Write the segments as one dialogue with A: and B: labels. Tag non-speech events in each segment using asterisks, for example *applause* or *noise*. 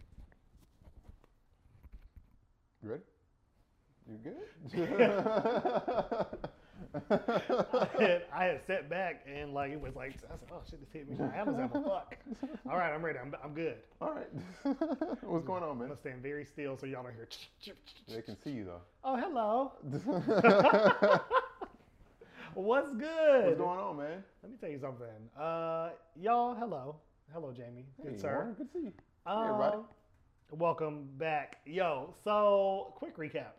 A: *laughs*
B: I had, I had sat back and like it was like I said, oh shit, this hit me. I was like,
A: *laughs*
B: fuck. All right, I'm ready. I'm, I'm good.
A: All right. *laughs* What's going on,
B: I'm
A: man?
B: gonna stand very still so y'all don't hear.
A: They can see you though. *laughs*
B: Oh hello,
A: What's
B: what's good?
A: going on, man?
B: Let me tell you something. Uh, y'all, hello, hello, Jamie.
A: Hey,
B: good sir.
A: Warren, Good to see you.
B: Um,
A: everybody.
B: Welcome back. Yo, so quick recap.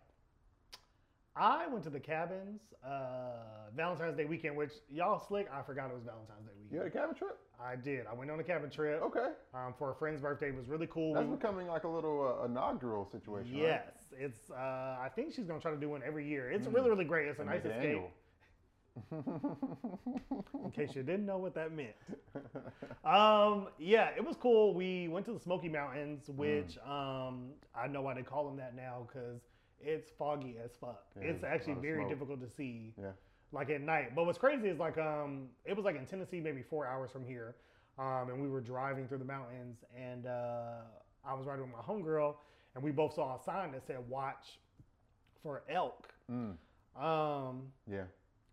B: I went to the cabins uh, Valentine's Day weekend, which y'all slick. I forgot it was Valentine's Day
A: You had a
B: weekend.
A: cabin trip?
B: I did. I went on a cabin trip
A: Okay.
B: um, for a friend's birthday. It was really cool.
A: That's
B: We-
A: becoming like a little uh, inaugural situation.
B: yes, it's. Uh, I think she's gonna try to do one every year. It's
A: Mm.
B: really, really great. It's a
A: Right?
B: nice
A: Make it
B: escape.
A: annual.
B: In case you didn't know what that meant. Um, yeah, it was cool. We went to the Smoky Mountains,
A: Mm.
B: which um, I know why they call them that now because it's foggy as fuck.
A: Yeah,
B: it's
A: there's a
B: actually
A: lot of
B: very
A: smoke.
B: difficult to see,
A: Yeah.
B: like at night. But what's crazy is like um, it was like in Tennessee, maybe four hours from here, um, and we were driving through the mountains, and uh, I was riding with my homegirl, and we both saw a sign that said "Watch for elk."
A: *laughs* Mm,
B: Um,
A: yeah.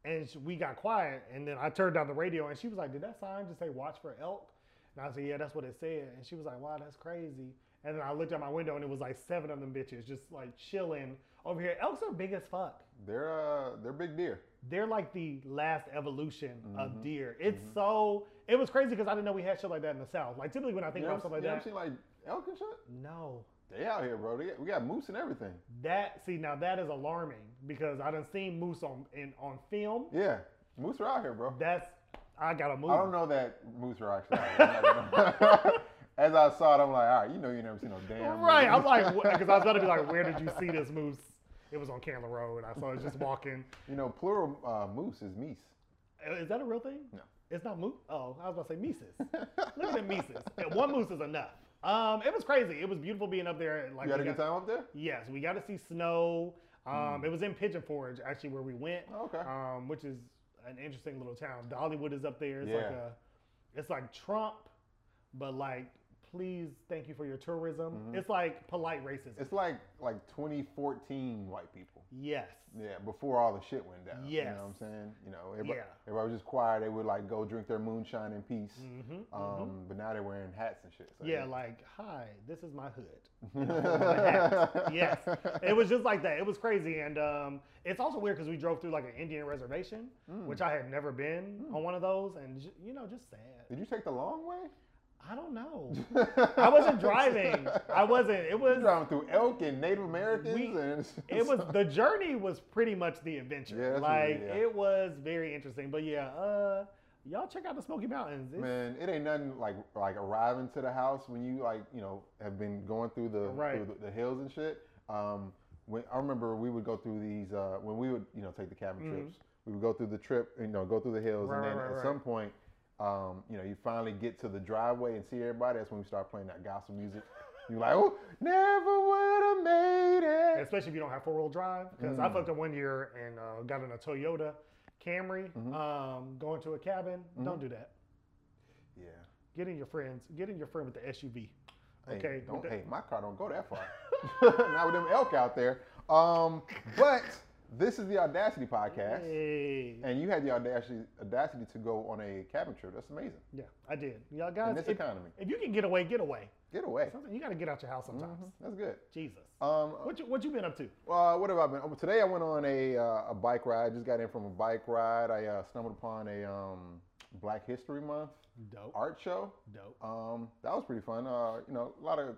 B: and sh- we got quiet, and then I turned down the radio, and she was like, "Did that sign just say watch for elk?" And I said, "Yeah, that's what it said." And she was like, "Wow, that's crazy." And then I looked out my window, and it was like seven of them bitches just like chilling over here. Elks are big as fuck.
A: They're uh they're big deer.
B: They're like the last evolution of
A: Mhm.
B: deer. It's
A: Mhm.
B: so it was crazy because I didn't know we had shit like that in the south. Like typically when I think
A: you know
B: about
A: what I'm-
B: stuff like
A: you know
B: that,
A: what I'm saying? Like elk and shit?
B: no,
A: They out here, bro. They got, we got moose and everything.
B: that see now that is alarming because I done seen moose on in on film.
A: Yeah. Moose are out here, bro.
B: That's I gotta move.
A: I don't know that moose are actually out here. *laughs* As I saw it, I'm like, all right, you know you never seen no damn.
B: Right. I'm
A: moose.
B: like, because I was about to be like, where did you see this moose? It was on Candler Road. I saw it just walking.
A: You know, plural uh, moose is meese.
B: Uh, Is that a real thing?
A: No.
B: It's not moose. Oh, I was about to say Mises. Look at the Mises. And one moose is enough. Um, it was crazy. It was beautiful being up there. Like
A: you had
B: we
A: a good
B: got-
A: time up there?
B: Yes, we got to see snow. Um, It was in Pigeon Forge actually where we went,
A: Oh, okay.
B: um, which is an interesting little town. Dollywood is up there. It's like
A: Yeah.
B: a, it's like Trump, but like please thank you for your tourism.
A: Mhm.
B: It's like polite racism.
A: It's like like 2014 white people.
B: yes.
A: Yeah, before all the shit went down. You
B: Yes.
A: know what I'm saying? You know, everybody,
B: Yeah.
A: everybody was just quiet. They would like go drink their moonshine in peace.
B: Mm-hmm,
A: Um, But now they're wearing hats and shit. So
B: yeah, like, hi, this is my
A: *laughs*
B: hood.
A: yeah.
B: Yes. It was just like that. It was crazy. And um, it's also weird because we drove through like an Indian reservation,
A: Mm.
B: which I had never been
A: Mm.
B: on one of those. And, j- you know, just sad.
A: Did you take the long way?
B: I don't
A: *laughs*
B: know. I wasn't driving. I wasn't. It
A: You're
B: was.
A: driving through elk and Native Americans
B: We-
A: and
B: It was the journey was pretty much the adventure.
A: Yeah, that's what
B: like
A: it is, yeah.
B: it was very interesting. But yeah, uh, y'all check out the Smoky Mountains. It's
A: Man, it ain't nothing like like arriving to the house when you like you know have been going through the
B: Right.
A: through the, the hills and shit. Um, when I remember we would go through these uh, when we would you know take the cabin
B: Mhm.
A: trips. We would go through the trip, you know, go through the hills,
B: Right,
A: and then
B: right,
A: at
B: right, right.
A: some point, um, you know, you finally get to the driveway and see everybody. That's when we start playing that gospel music. You're like, oh, never would have made it.
B: especially if you don't have four wheel drive. Because I
A: Mm.
B: fucked up one year and uh, got in a Toyota Camry,
A: Mhm.
B: um, going to a cabin. Don't
A: Mhm.
B: do that.
A: Yeah.
B: Get in your friends. Get in your friend with the SUV.
A: Hey,
B: Okay, with
A: Don't,
B: that-
A: hey, my car don't go that
B: *laughs*
A: far. *laughs* Not with them elk out there. Um, but this is the Audacity podcast.
B: Hey.
A: And you had the audacity, audacity to go on a cabin trip. That's amazing.
B: Yeah, I did. Y'all
A: In
B: guys,
A: this
B: if,
A: economy,
B: if you can get away, get away.
A: get away.
B: Something you got to get out your house sometimes.
A: Mhm, That's good.
B: Jesus,
A: Um,
B: Mm-hmm. what you what you been up to?
A: uh, what have I been? oh, Today I went on a uh, a bike ride. I just got in from a bike ride. I uh, stumbled upon a um, Black History Month
B: Dope,
A: art show. *laughs*
B: dope.
A: Um, that was pretty fun. Uh, you know, a lot of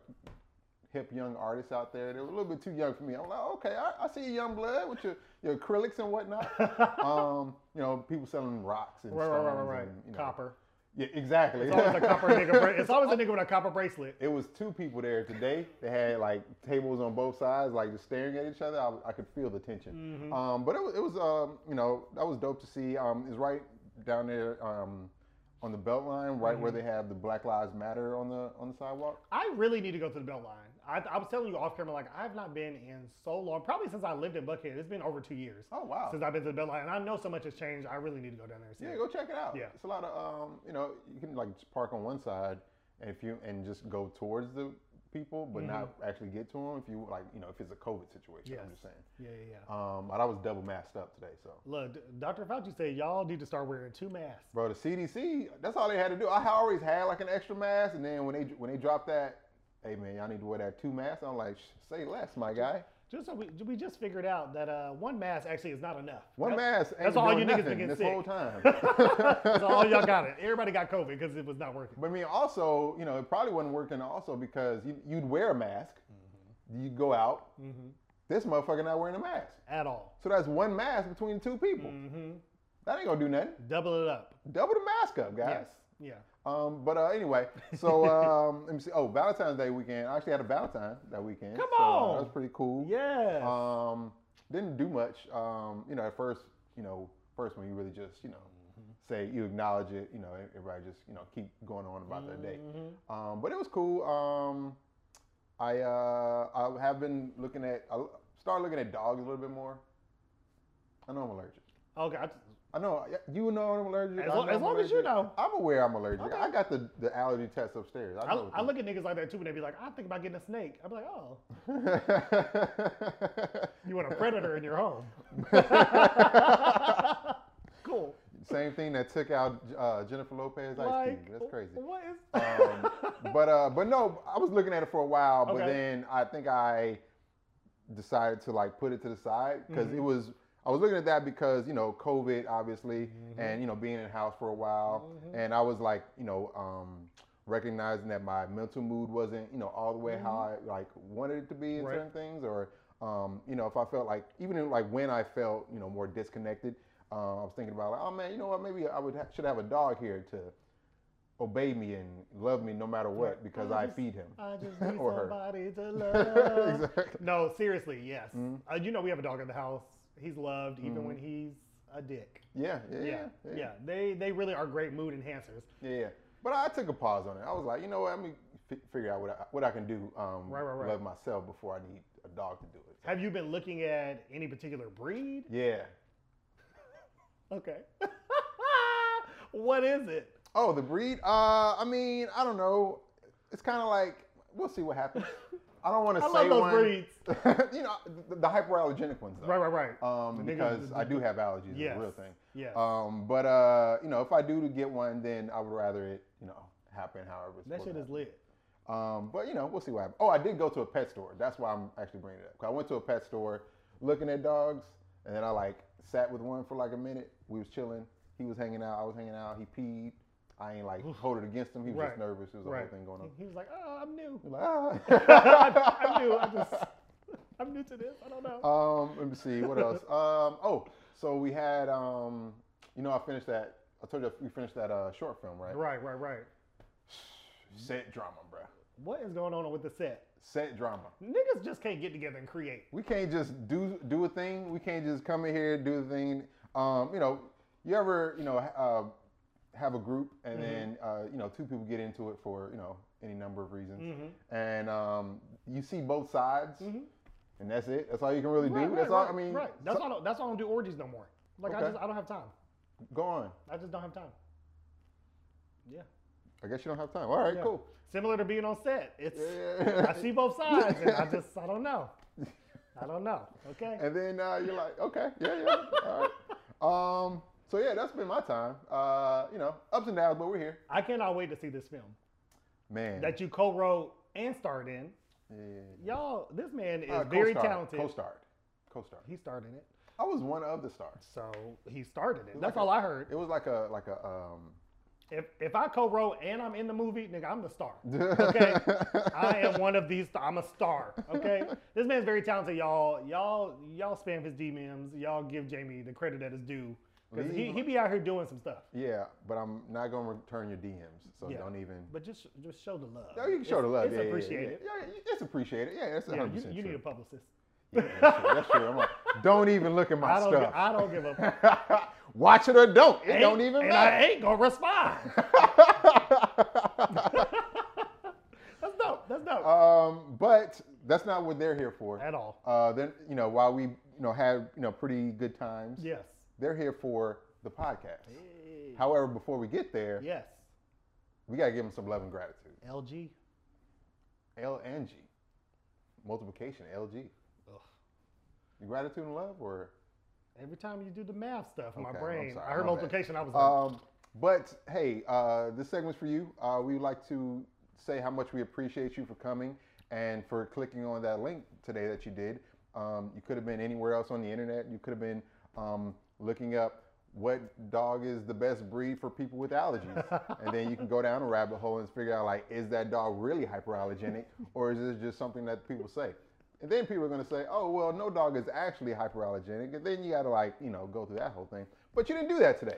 A: hip young artists out there. They were a little bit too young for me. I'm like, okay, I, I see you, young blood, with your, your acrylics and
B: *laughs*
A: whatnot. um, you know, people selling rocks and
B: right, right, right,
A: stones
B: right, right.
A: and, you know,
B: Copper.
A: Yeah, exactly.
B: It's always
A: *laughs*
B: a copper nigga. Bra- it's always a nigga with a copper bracelet.
A: It was two people there today. They had like tables on both sides, like just staring at each other. I, I could feel the tension.
B: Mhm.
A: Um, but it was, it was um, you know, that was dope to see. Um, it's right down there um, on the Beltline, right where
B: Mhm.
A: they have the Black Lives Matter on the on the sidewalk.
B: I really need to go to the Beltline. I, I was telling you off camera, like I've not been in so long, probably since I lived in Buckhead. It's been over two years
A: Oh wow!
B: since I've been to the Beltline, and I know so much has changed. I really need to go down there and see.
A: yeah,
B: it.
A: go check it out.
B: Yeah.
A: it's a lot of um, you know, you can like just park on one side, and if you and just go towards the people, but
B: Mhm.
A: not actually get to them. If you like, you know, if it's a COVID situation, I'm
B: Yes.
A: just saying.
B: Yeah, yeah, yeah.
A: Um, but I was double masked up today, so.
B: Look, D- Dr. Fauci said y'all need to start wearing two masks.
A: Bro, the CDC, that's all they had to do. I had always had like an extra mask, and then when they when they dropped that, hey man, y'all need to wear that two masks. I'm like, "Sh- say less, my guy.
B: Just so we, we just figured out that uh, one mask actually is not enough.
A: One
B: That-
A: mask. Ain't
B: that's all
A: doing
B: you niggas been
A: nothing
B: getting
A: this
B: sick.
A: whole
B: *laughs*
A: time.
B: So all y'all got it. Everybody got COVID because it was not working.
A: *laughs* But I mean, also, you know, it probably wasn't working. Also, because you, you'd wear a mask,
B: Mm-hmm.
A: you'd go out.
B: hmm
A: This motherfucker not wearing a mask,
B: At all.
A: so that's one mask between two people.
B: hmm
A: That ain't gonna do nothing.
B: Double it up.
A: Double the mask up, guys.
B: Yes. Yeah.
A: Um, but uh, anyway,
B: *laughs*
A: so um, let me see. Oh, Valentine's Day weekend. I actually had a Valentine that weekend.
B: Come
A: so, uh,
B: on.
A: that was pretty cool.
B: Yes.
A: Um, didn't do much. Um, you know, at first, you know, first when you really just, you know, say you acknowledge it. You know, e-, everybody just, you know, keep going on about their day.
B: Mhm.
A: Um, but it was cool. Um, I uh, I have been looking at. I started looking at dogs a little bit more. I know I'm allergic.
B: Okay. I-
A: I know you know I'm allergic.
B: As
A: I
B: lo-
A: know
B: as
A: I'm
B: long as you
A: allergic.
B: know.
A: I'm aware I'm allergic.
B: Okay.
A: I got the, the allergy test upstairs. I,
B: I,
A: know
B: I look at niggas like that too, and they be like, "I think about getting a snake." I'm like, "Oh, you want a predator in
A: *laughs*
B: your home? *laughs* cool."
A: Same thing that took out uh, Jennifer Lopez ice
B: like, oh.
A: cube. That's
B: *laughs*
A: crazy.
B: What is?
A: um, but uh, but no, I was looking at it for a while, but
B: Okay.
A: then I think I decided to like put it to the side because
B: Mhm.
A: it was I was looking at that because you know COVID obviously,
B: Mhm.
A: and you know being in the house for a while,
B: Mhm.
A: and I was like you know um, recognizing that my mental mood wasn't you know all the way how I like wanted it to be in
B: Mm-hmm. Right.
A: certain things, or um, you know if I felt like even in, like when I felt you know more disconnected. Uh, I was thinking about like, oh man, you know what? Maybe I would ha- should have a dog here to obey me and love me no matter what
B: Right.
A: because
B: I
A: I,
B: just- uh,
A: feed him.
B: I
A: *laughs*
B: just need
A: Or her. *laughs*
B: somebody to love.
A: Exactly.
B: No, seriously, yes.
A: Mhm.
B: Uh, you know, we have a dog in the house. He's loved, even
A: Mhm.
B: when he's a dick.
A: Yeah, yeah,
B: Yeah,
A: yeah,
B: yeah. They they really are great mood enhancers.
A: yeah, yeah. But I took a pause on it. I was like, you know what? Let me f- figure out what I, what I can do. Um,
B: Right, right, right.
A: Love myself before I need a dog to do it.
B: Have you been looking at any particular breed?
A: Yeah.
B: Okay. *laughs* what is it?
A: Oh, the breed. Uh, I mean, I don't know. It's kind of like we'll see what
B: *laughs*
A: happens. I don't want to
B: I
A: say
B: love those
A: one.
B: breeds.
A: *laughs* you know, the, the hyperallergenic ones though.
B: Right, right, right.
A: Um,
B: Niggas-
A: because I do have allergies. It's
B: yes.
A: a real thing.
B: Yes.
A: Um, but uh, you know, if I do to get one, then I would rather it, you know, happen however. It's
B: that
A: supposed to
B: shit is lit.
A: happen. Um, but you know, we'll see what happens. Oh, I did go to a pet store. That's why I'm actually bringing it up. 'Cause I went to a pet store, looking at dogs, and then I like sat with one for like a minute. We was chilling. He was hanging out. I was hanging out. He peed. I ain't like hold it against him. He was
B: Right.
A: just nervous. It was a
B: Right.
A: whole thing going on.
B: *laughs* He was like, "Oh, I'm
A: *laughs*
B: new.
A: He was like,
B: I,
A: "Ah."
B: I'm new. *laughs* I just, I'm new to this. I don't know."
A: *laughs* Um, let me see what else. Um, oh, so we had um, you know, I finished that. I told you we finished that uh, short film, right?
B: right, right, right.
A: Set drama, bro.
B: What is going on with the set?
A: Set drama.
B: Niggas just can't get together and create.
A: We can't just do do a thing. We can't just come in here do the thing. Um, you know, you ever you know ha- uh, have a group and
B: Mm-hmm.
A: then uh, you know two people get into it for you know any number of reasons,
B: Mm-hmm.
A: and um, you see both sides,
B: Mhm.
A: and that's it. That's all you can really do. that's all. I mean,
B: right. That's why I don't, that's why I don't do orgies no more. Like I
A: Okay.
B: just I don't have time.
A: go on.
B: I just don't have time. Yeah.
A: I guess you don't have time. All right,
B: Yeah.
A: cool.
B: Similar to being on set. It's
A: Yeah.
B: I see both sides and I just I don't know. I don't know. Okay.
A: *laughs* And then uh, you're like, okay, yeah, yeah, all right. Um, so yeah, that's been my time. Uh, you know, ups and downs, but we're here.
B: I cannot wait to see this film
A: Man.
B: that you co-wrote and starred in.
A: yeah, yeah,
B: Y'all, this man is
A: yeah. Uh,
B: very
A: co-starred,
B: talented.
A: Co-starred. Co-starred.
B: He starred in it.
A: I was one of the stars.
B: So he started it.
A: like
B: That's
A: a-
B: all I heard.
A: It was like a like a um.
B: If if I co-wrote and I'm in the movie, nigga, I'm
A: *laughs*
B: the star. Okay. I am one of these. I'm a star. Okay, this man's very talented, y'all. Y'all, y'all spam his DMs. Y'all give Jamie the credit that is due because he,
A: Leave-
B: he be out here doing some stuff.
A: yeah, but I'm not gonna return your DMs, so
B: Yeah.
A: don't even.
B: But just just show the love.
A: No, you can show
B: It's-
A: the love.
B: It's
A: yeah, yeah, yeah,
B: appreciated.
A: Yeah, yeah, it's appreciated. Yeah, that's
B: Yeah,
A: 100
B: you,
A: percent
B: you
A: true.
B: need a publicist.
A: yeah, that's true. That's true. I'm
B: *laughs*
A: like, don't even look at my
B: I don't. gi-
A: stuff.
B: I don't
A: *laughs*
B: give a.
A: Watch it or don't. It
B: ain't-
A: don't even
B: and
A: matter.
B: I ain't gonna respond. That's dope. That's dope.
A: *laughs* um, but that's not what they're here for.
B: At all.
A: Uh, then you know while we you know had you know pretty good times,
B: Yes.
A: they're here for the podcast. However, before we get there,
B: Yes.
A: we gotta give them some love and gratitude.
B: LG.
A: L and G. Multiplication, LG.
B: Ugh.
A: Gratitude and love, or
B: Every time you do the math stuff, my
A: Okay, I'm
B: brain.
A: sorry,
B: I heard
A: my bad.
B: multiplication. I was like,
A: Um, but hey, uh, this segment's for you. Uh, we would like to say how much we appreciate you for coming and for clicking on that link today that you did. Um, you could have been anywhere else on the internet. You could have been um, looking up what dog is the best breed for people with
B: *laughs*
A: allergies, and then you can go down a rabbit hole and figure out like, is that dog really hyperallergenic, or is this just something that people say? And then people are going to say, oh, well, no dog is actually hyperallergenic. And then you got to, like, you know, go through that whole thing. But you didn't do that today.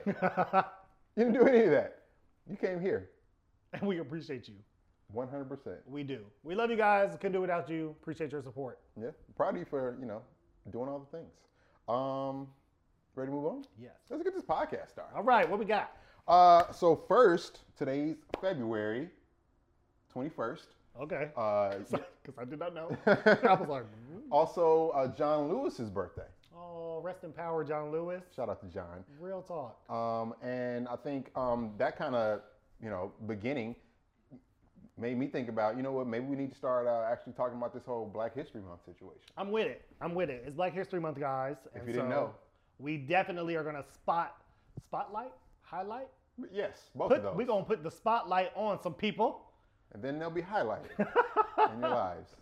A: You *laughs* didn't do any of that. You came here,
B: *laughs* and we appreciate you.
A: 100%.
B: We do. We love you guys. Couldn't do without you. Appreciate your support.
A: Yeah, proud of you for you know doing all the things. Um, ready to move on?
B: Yes.
A: Let's get this podcast started.
B: All right. What we got?
A: Uh, so first, today's February twenty first.
B: Okay. *laughs*
A: Uh, *laughs*
B: Because I did not know. *laughs* I was like, mm.
A: also uh, John Lewis's birthday.
B: oh, rest in power, John Lewis.
A: Shout out to John.
B: Real talk.
A: Um, and I think um, that kind of, you know, beginning made me think about, you know what, maybe we need to start uh, actually talking about this whole Black History Month situation.
B: I'm with it. I'm with it. It's Black History Month, guys. If
A: you didn't know.
B: we definitely are gonna spot, spotlight, highlight.
A: But yes, both of
B: Put,
A: those.
B: we're gonna put the spotlight on some people.
A: and then they'll be highlighted
B: *laughs*
A: in your lives.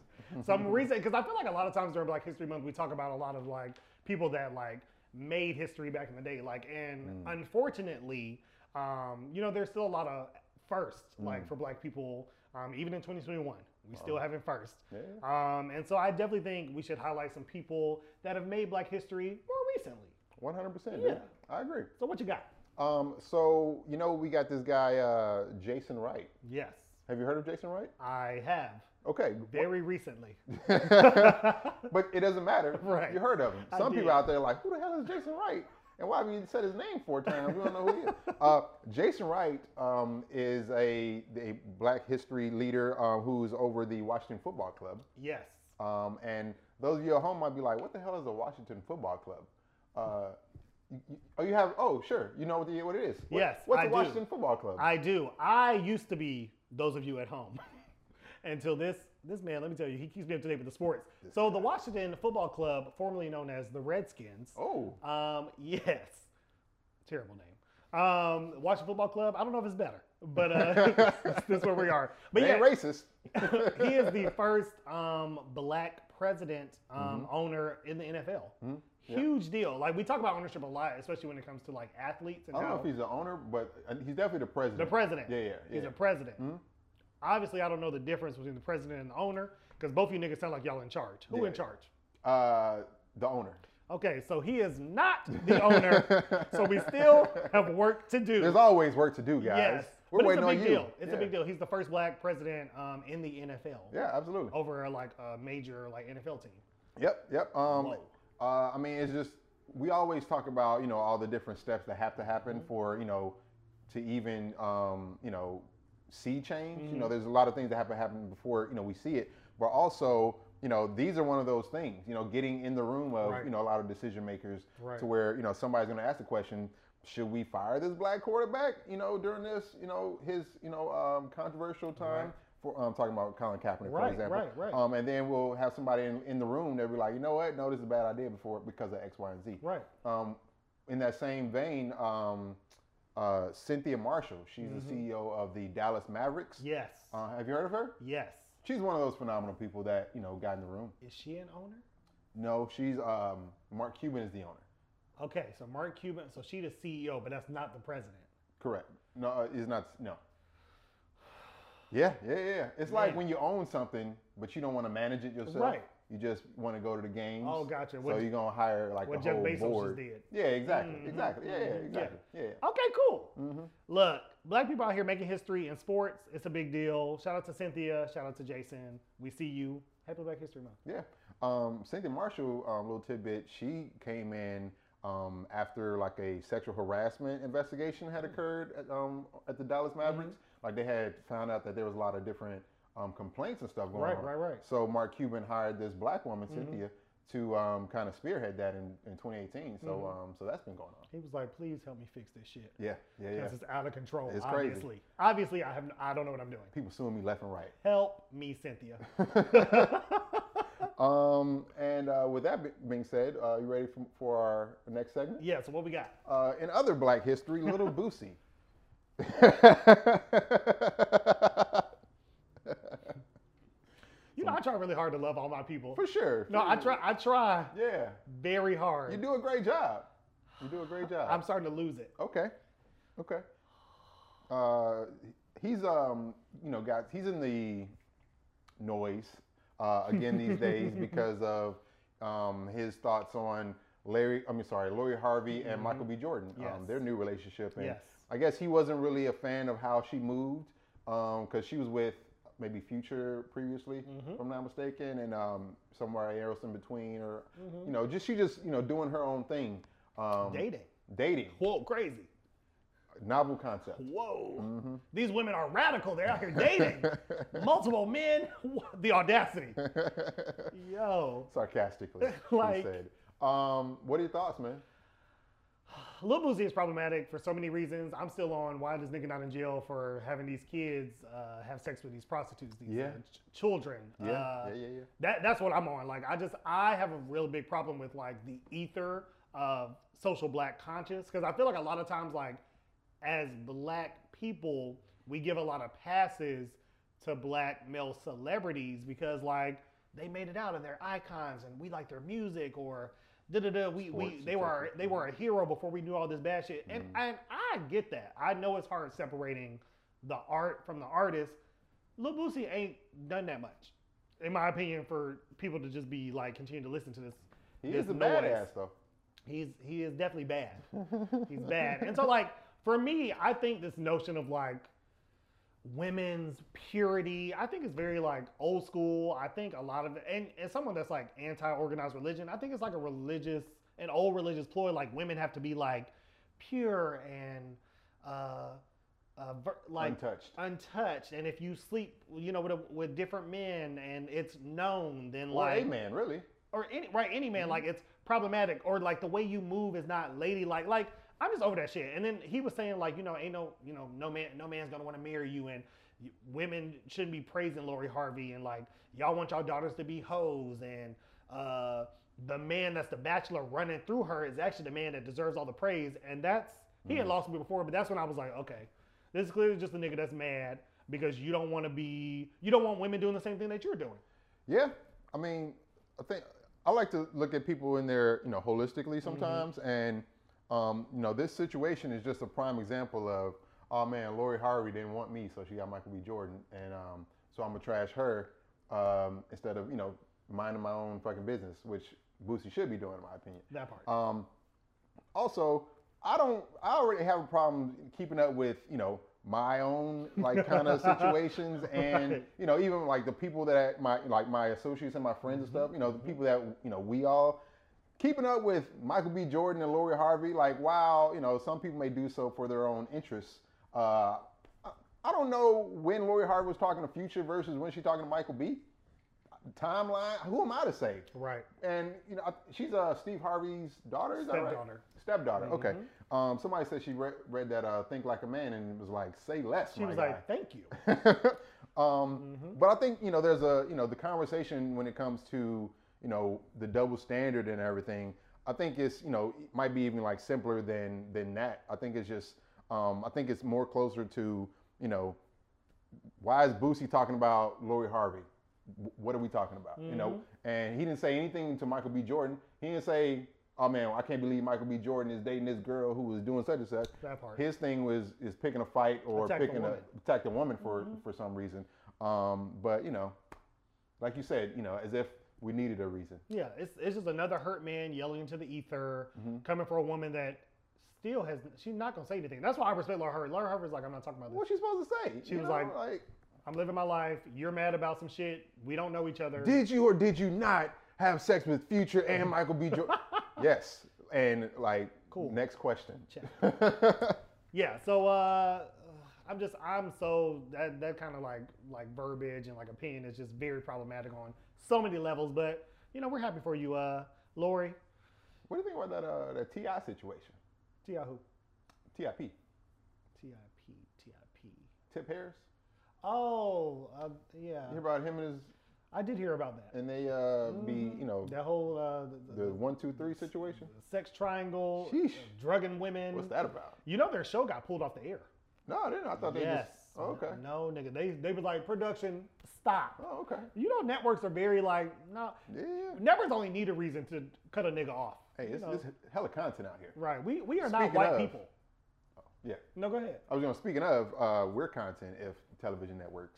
B: some reason because I feel like a lot of times during Black History Month we talk about a lot of like people that like made history back in the day. Like, and unfortunately, um, you know, there's still a lot of firsts like for Black people, um, even in 2021, we still haven't first.
A: Yeah.
B: Um, and so I definitely think we should highlight some people that have made Black history more recently.
A: 100%. Yeah.
B: Yeah.
A: I agree.
B: So what you got?
A: Um, so, you know, we got this guy, uh, Jason Wright.
B: Yes,
A: Have you heard of Jason Wright?
B: I have
A: Okay.
B: very recently. *laughs*
A: *laughs* but it doesn't matter.
B: Right.
A: You heard of him.
B: I
A: Some people
B: did.
A: out there are like, who the hell is Jason Wright? And why have you said his name four times? We don't know who
B: *laughs*
A: he is. Uh, Jason Wright um, is a, a black history leader uh, who's over the Washington Football Club.
B: yes,
A: Um, and those of you at home might be like, what the hell is the Washington Football Club? Uh, you, you- oh, you have, oh, sure. You know what, the, what it is. What-
B: Yes,
A: What's
B: I
A: the
B: do.
A: Washington Football Club?
B: I do. I used to be those of you at home *laughs* until this this man. Let me tell you, he keeps me up to date with the sports. so the Washington Football Club, formerly known as the Redskins.
A: oh,
B: Um, *laughs* yes, terrible name. Um, Washington Football Club. I don't know if it's better, but uh, *laughs* this is where we are. But
A: they
B: yeah, *laughs*
A: ain't racist.
B: he is the first um, black president um, owner in the NFL.
A: Mm-hmm. Yeah.
B: Huge deal. Like we talk about ownership a lot, especially when it comes to like athletes and
A: I don't know
B: how-
A: if he's the owner, but uh, he's definitely the president.
B: the president.
A: Yeah, yeah,
B: He's
A: yeah.
B: a president.
A: Mhm.
B: Obviously, I don't know the difference between the president and the owner because both of you niggas sound like y'all in charge. Who
A: Yeah.
B: in charge?
A: Uh, the owner.
B: Okay, so he is not the owner. so we
A: *laughs*
B: still have work to do.
A: There's always work to do, guys.
B: yes.
A: We're
B: but
A: waiting
B: it's a big
A: on you.
B: deal. It's
A: yeah.
B: a big deal. He's the first black president um, in the NFL
A: Yeah, absolutely.
B: over like a major like NFL team.
A: Yep, yep. Um,
B: Whoa.
A: uh, I mean, it's just we always talk about you know all the different steps that have to happen
B: Mm-hmm.
A: for you know to even um, you know see change. You
B: Mm-hmm.
A: know, there's a lot of things that have to happen before you know we see it, but also you know these are one of those things. You know, getting in the room of
B: Right.
A: you know a lot of decision makers
B: Right.
A: to where you know somebody's going to ask the question. Should we fire this black quarterback? You know, during this, you know, his, you know, um, controversial time. For I'm talking about Colin Kaepernick, for
B: Right,
A: example.
B: right,
A: *laughs*
B: right.
A: Um, and then we'll have somebody in, in the room that'll be like, you know what? No, this is a bad idea before because of X, Y, and Z.
B: Right.
A: Um, in that same vein, um, uh, Cynthia Marshall, she's the CEO of the Dallas Mavericks.
B: Mm-hmm. Yes.
A: Uh, have you heard of her?
B: yes.
A: She's one of those phenomenal people that you know got in the room.
B: Is she an owner?
A: No, she's um, Mark Cuban is the owner.
B: Okay, so Mark Cuban. So she the CEO, but that's not the president.
A: Correct. No, uh, it's not. No. Yeah, yeah, yeah. It's like
B: Man.
A: when you own something, but you don't want to manage it yourself.
B: Right.
A: You just want to go to the games.
B: Oh, gotcha.
A: So
B: What-
A: you're gonna hire like
B: what
A: a
B: Jeff
A: whole
B: Bezos just
A: board.
B: did.
A: Yeah, exactly,
B: Mhm,
A: exactly. Yeah,
B: mhm,
A: yeah,
B: yeah.
A: exactly. Yeah, yeah. Mm-hmm.
B: Okay, cool. Look, black people out here making history in sports. It's a big deal. Shout out to Cynthia. Shout out to Jason. We see you. Happy Black History Month.
A: Yeah. Um, Cynthia Marshall, um, little tidbit, she came in um, after like a sexual harassment investigation
B: Mm.
A: had occurred at, um, at the Dallas Mavericks.
B: Mm-hmm.
A: Like they had found out that there was a lot of different um, complaints and stuff going
B: Right, Mm-hmm.
A: on.
B: right, right.
A: So Mark Cuban hired this black woman, Cynthia, to um, kind of spearhead that in, in 2018. So
B: Mhm.
A: um, so that's been going on.
B: He was like, "Please help me fix this shit
A: Yeah, yeah, yeah.
B: because it's out of control."
A: It's crazy.
B: obviously, obviously, I have I don't know what I'm doing.
A: People suing me left and right.
B: Help me,
A: *laughs*
B: Cynthia.
A: um, and uh, with that be- being said, uh, you ready for, for our next segment?
B: yeah. So what we got?
A: Uh, in other black history,
B: *laughs*
A: Little Boosie. *laughs*
B: You know, I try really hard to love all my people.
A: for sure.
B: No,
A: for
B: I
A: sure.
B: try. I try
A: Yeah.
B: very hard.
A: You do a great job. You do a great job.
B: I'm starting to lose it.
A: Okay. Okay. Uh, he's um, you know, guys, he's in the noise uh, again
B: *laughs*
A: these days because of um, his thoughts on Larry. I mean, sorry, Lori Harvey and Michael B. Jordan. Um, their
B: Mm-hmm. Yes.
A: new relationship. And
B: Yes.
A: I guess he wasn't really a fan of how she moved because she was with maybe Future previously,
B: Mm-hmm.
A: if I'm not mistaken, and um, somewhere else in between, or
B: Mm-hmm.
A: you know, just she just you know doing her own thing. Um,
B: Dating.
A: Dating
B: Whoa, crazy.
A: novel
B: *laughs*
A: concept.
B: Whoa. These women are radical. They're out
A: *laughs*
B: here dating multiple men. *laughs* The audacity. Yo. *laughs*
A: Sarcastically, he
B: Like-
A: said. Um, what are your thoughts, man?
B: Lil Boozy is problematic for so many reasons. I'm still on why this nigga not in jail for having these kids uh, have sex with these prostitutes, these
A: Yeah.
B: uh, ch- children.
A: Yeah,
B: Uh,
A: yeah, yeah, yeah.
B: That that's what I'm on. Like I just I have a real big problem with like the ether of social black conscience because I feel like a lot of times like as black people we give a lot of passes to black male celebrities because like they made it out and they're icons and we like their music or da da da we,
A: Sports
B: we
A: and Mm.
B: they were our- they were a hero before we knew all this bad shit and and I get that I know it's hard separating the art from the artist Lil Boosie ain't done that much, in my opinion, for people to just be like continue to listen to this.
A: He
B: this
A: is a
B: noise.
A: badass, though.
B: He's he is definitely bad. He's
A: *laughs*
B: bad, and so like for me, I think this notion of like women's purity, I think it's very like old school. I think a lot of and as someone that's like anti-organized religion, I think it's like a religious an old religious ploy. Like women have to be like pure and uh, uh ver- like
A: Untouched.
B: untouched and if you sleep you know with, a, with different men and it's known then
A: Or
B: like
A: a man, really.
B: or any right any man
A: Mm-hmm.
B: like it's problematic or like the way you move is not ladylike like i'm just over that shit and then he was saying like you know ain't no you know no man no man's gonna want to marry you and y- women shouldn't be praising lori harvey and like y'all want y'all daughters to be hoes and uh the man that's the bachelor running through her is actually the man that deserves all the praise and that's he
A: Mm-hmm.
B: had lost me before but that's when i was like okay this is clearly just a nigga that's mad because you don't want to be you don't want women doing the same thing that you're doing
A: Yeah, I mean, I think I like to look at people in their you know holistically sometimes, and um, you know this situation is just a prime example of oh man, Lori Harvey didn't want me, so she got Michael B. Jordan, and um, so I'm gonna trash her um, instead of you know minding my own fucking business, which Boosie should be doing in my opinion.
B: that part
A: Um, also, I don't. I already have a problem keeping up with you know my own like kind of situations and
B: Right.
A: you know even like the people that my like my associates and my friends and stuff. You know the people that you know we all keeping up with Michael B. Jordan and Lori Harvey. Like wow, you know some people may do so for their own interests. Uh, I, I don't know when Lori Harvey was talking to Future versus when she talking to Michael B. Timeline. Who am I to say?
B: right
A: and you know I- she's uh, Steve Harvey's daughter. Is that right?
B: Stepdaughter. Mm-hmm.
A: Stepdaughter. Okay. Um, somebody said she re- read that uh, "Think Like a Man" and was like, "Say less."
B: She
A: my
B: was
A: guy."
B: like, "Thank you."
A: *laughs*
B: Mm-hmm.
A: um, But I think you know, there's a you know, the conversation when it comes to you know the double standard and everything. I think it's you know it might be even like simpler than than that. I think it's just um, I think it's more closer to you know why is Boosie talking about Lori Harvey? W- What are we talking about? You know, and he didn't say anything to Michael B. Jordan. He didn't say, "Oh man, I can't believe Michael B. Jordan is dating this girl who was doing such and such."
B: That part.
A: His thing was is picking a fight or
B: Attack the
A: picking a
B: woman. Mm-hmm.
A: attack the woman for for some reason. Um, but you know, like you said, you know, as if we needed a reason.
B: Yeah, it's, it's just another hurt man yelling into the ether, coming for a woman that still has. She's not gonna say anything. That's why I respect Laura Harvey. Laura Harvey's like, I'm not talking about this.
A: What's she supposed to say?
B: She
A: You
B: was
A: know,
B: like- I'm living my life. You're mad about some shit. We don't know each other.
A: "Did you or did you not have sex with Future
B: *laughs*
A: and Michael B. Jordan?" yes, and like,
B: Cool.
A: Next question. *laughs*
B: Check. yeah. So uh, I'm just I'm so that that kind of like like verbiage and like opinion is just very problematic on so many levels. But you know, we're happy for you, uh, Lori.
A: What do you think about that uh, that Ti situation?
B: T I who?
A: Tip
B: T I P T I P.
A: Tip Harris.
B: Oh, uh, yeah.
A: You hear about him and his
B: I did hear about that.
A: and they uh, be
B: Mm-hmm.
A: you know
B: That whole uh, the,
A: the one two three situation.
B: the sex triangle,
A: Sheesh.
B: uh, drugging women.
A: What's that about?
B: You know their show got pulled off the air.
A: No, I didn't. I thought they
B: yes.
A: just. Oh, okay.
B: No, nigga, they they was like production stop.
A: Oh, okay.
B: You know networks are very like no.
A: Yeah. yeah.
B: Networks only need a reason to cut a nigga off.
A: Hey,
B: you
A: it's,
B: know?
A: it's hella content out here.
B: right. We we are not
A: Speaking
B: white
A: of-
B: people.
A: yeah.
B: No, go ahead.
A: I was going. to Speaking of, uh, we're content if television networks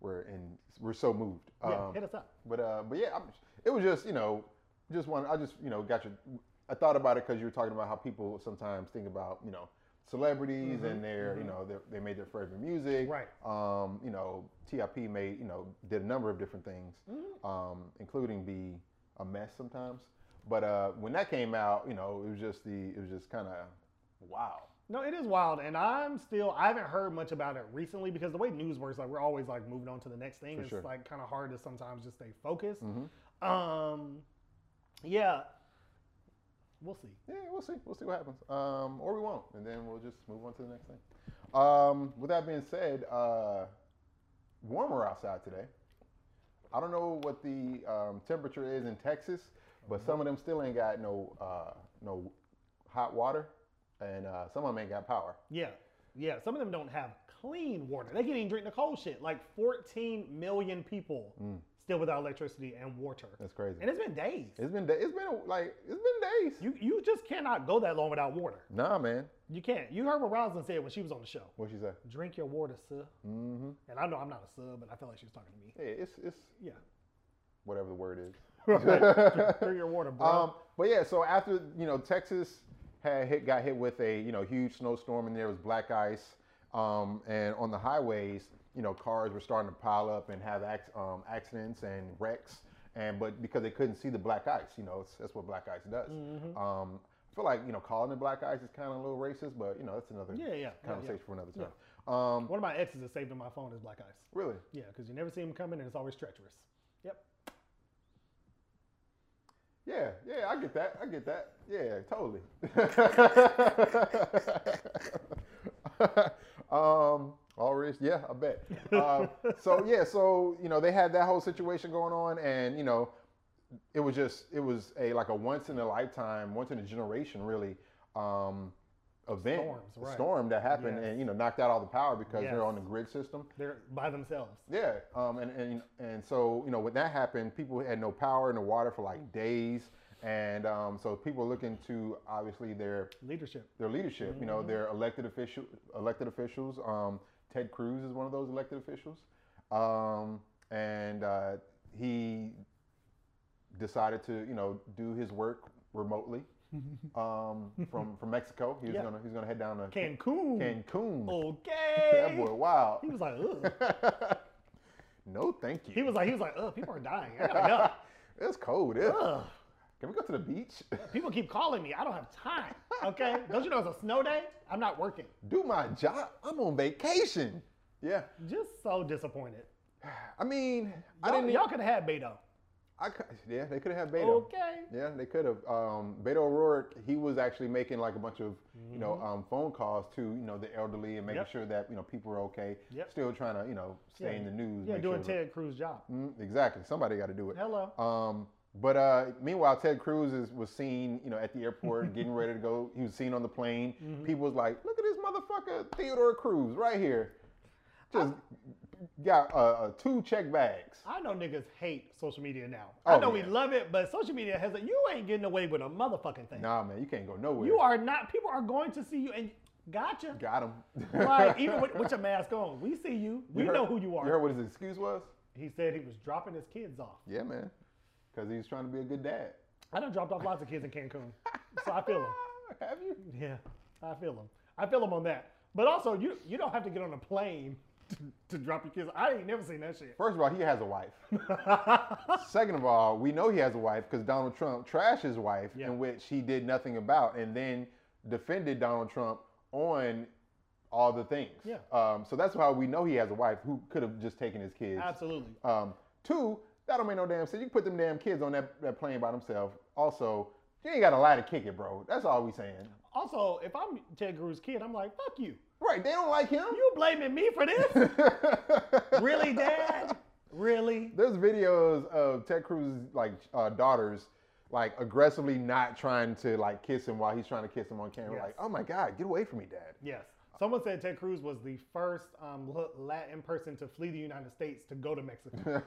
A: were in. We're so moved.
B: Yeah,
A: Um,
B: hit us up.
A: But uh, but yeah, I'm, it was just you know, just one. I just you know got your. I thought about it because you were talking about how people sometimes think about you know celebrities and their you know their, they made their favorite music.
B: Mm-hmm. Right.
A: Um, you know, TIP made you know did a number of different things,
B: Mm-hmm.
A: um, including be a mess sometimes. But uh, when that came out, you know, it was just the it was just kind of wow.
B: No, it is wild, and I'm still I haven't heard much about it recently because the way news works, like we're always like moving on to the next thing.
A: For
B: it's
A: sure.
B: like kind of hard to sometimes just stay focused.
A: Mhm.
B: Um, yeah, we'll see.
A: Yeah, we'll see. We'll see what happens. Um, or we won't, and then we'll just move on to the next thing. Um, with that being said, uh, warmer outside today. I don't know what the um, temperature is in Texas, but
B: Mm-hmm.
A: some of them still ain't got no uh, no hot water, and uh, some of them ain't got power.
B: Yeah, yeah. Some of them don't have clean water. They can't even drink the cold shit. Like 14 million people still without electricity and water,
A: Mm. That's crazy.
B: and it's been days.
A: It's been da- it's been a- like it's been days.
B: you you just cannot go that long without water.
A: nah, man.
B: You can't. You heard what Roslyn said when she was on the show.
A: What she say?
B: Drink your water, sir.
A: Mm-hmm.
B: And I know I'm not a sub, but I felt like she was talking to me.
A: Yeah, it's it's
B: Yeah.
A: whatever the word is.
B: *laughs*
A: *laughs*
B: Drink your water, bro.
A: Um, but yeah, so after you know Texas had hit, got hit with a you know huge snowstorm and there was black ice, um, and on the highways, you know cars were starting to pile up and have ac- um, accidents and wrecks, and but because they couldn't see the black ice, you know it's, that's what black ice does.
B: Mm-hmm.
A: Um, I feel like you know calling it black ice is kind of a little racist, but you know that's another
B: yeah, yeah, yeah.
A: conversation for another time.
B: yeah.
A: Um,
B: One of my exes is saved on my phone as black ice.
A: really,
B: Yeah, because you never see him coming and it's always treacherous. Yep.
A: Yeah, yeah, I get that. I get that. Yeah, totally. *laughs* um, all risk. Yeah, I bet. Uh, so yeah, so you know they had that whole situation going on, and you know it was just it was a like a once in a lifetime, once in a generation, really. Um, event
B: Storms, right.
A: storm that happened
B: Yes.
A: and you know knocked out all the power because
B: Yes.
A: they're on the grid system
B: They're by themselves.
A: yeah, um, and, and and so you know when that happened, people had no power, no water for like days, and um, so people looking to obviously their
B: Leadership.
A: their leadership, you
B: Mm-hmm.
A: know, their elected official elected officials. Um, Ted Cruz is one of those elected officials, um, and uh, he decided to you know do his work
B: *laughs*
A: remotely um, from from Mexico. He was
B: Yeah.
A: gonna he's gonna head down to
B: Cancun. Oh,
A: Cancun.
B: Okay.
A: That boy, wow.
B: He was like, ugh.
A: *laughs* no, thank you.
B: He was like, he was like, ugh, people are dying. *laughs* I gotta go.
A: it's cold. *laughs* yeah.
B: Ugh.
A: Can we go to the beach? *laughs*
B: People keep calling me. I don't have time. Okay. Don't you know it's a snow day? I'm not working.
A: Do my job. I'm on vacation. Yeah.
B: Just so disappointed.
A: I mean, I
B: Y'all,
A: didn't.
B: y'all could have had Beto.
A: I cou- yeah, they could have had Beto.
B: Okay.
A: Yeah, they could have. Um, Beto O'Rourke, he was actually making like a bunch of you know um, phone calls to you know the elderly and making
B: Mm-hmm.
A: sure
B: Yep.
A: that you know people are okay.
B: Yep.
A: Still trying to you know stay
B: Yeah.
A: in the news.
B: Yeah,
A: make
B: doing
A: sure-
B: Ted Cruz job.
A: Mm, exactly. Somebody got to do it.
B: Hello.
A: Um, but uh, meanwhile, Ted Cruz is, was seen, you know, at the
B: *laughs*
A: airport getting ready to go. He was seen on the plane.
B: Mm-hmm.
A: People was like, "Look at this motherfucker, Theodore Cruz, right here." Just got uh, uh, two check bags.
B: I know niggas hate social media now. I
A: Oh,
B: know
A: yeah.
B: we love it, but social media has a, you ain't getting away with a motherfucking thing.
A: Nah, man, you can't go nowhere.
B: You are not. People are going to see you, and
A: *laughs*
B: gotcha.
A: got him. *laughs*
B: like even with, with your mask on, we see you. We
A: You heard-
B: know who you
A: You
B: are.
A: heard what his excuse was?
B: he said he was dropping his kids off.
A: Yeah, man, because he was trying to be a good dad.
B: I done dropped off lots of kids in Cancun, *laughs* so I feel him.
A: Have you?
B: Yeah, I feel him. I feel him on that. But also, you you don't have to get on a plane to, to drop your kids. I ain't never seen that shit. *laughs*
A: First of all, he has a wife. Second of all, we know he has a wife because Donald Trump trashed his wife,
B: Yeah.
A: in which he did nothing about, and then defended Donald Trump on all the things.
B: Yeah.
A: Um, so that's how we know he has a wife who could have just taken his kids.
B: Absolutely.
A: Um, two, That don't make no damn sense. You can put them damn kids on that, that plane by themselves. Also, you ain't got a lie to kick it, bro. That's all we saying.
B: Also, if I'm Ted Cruz's kid, I'm like, fuck you.
A: Right? They don't like him.
B: You blaming me for this? really, Dad? Really?
A: There's videos of Ted Cruz's like uh, daughters like aggressively not trying to like kiss him while he's trying to kiss him on camera.
B: Yes.
A: Like, oh my god, get away from me, dad. *laughs*
B: Yes. Someone said Ted Cruz was the first um, La- Latin person to flee the United States to go to Mexico.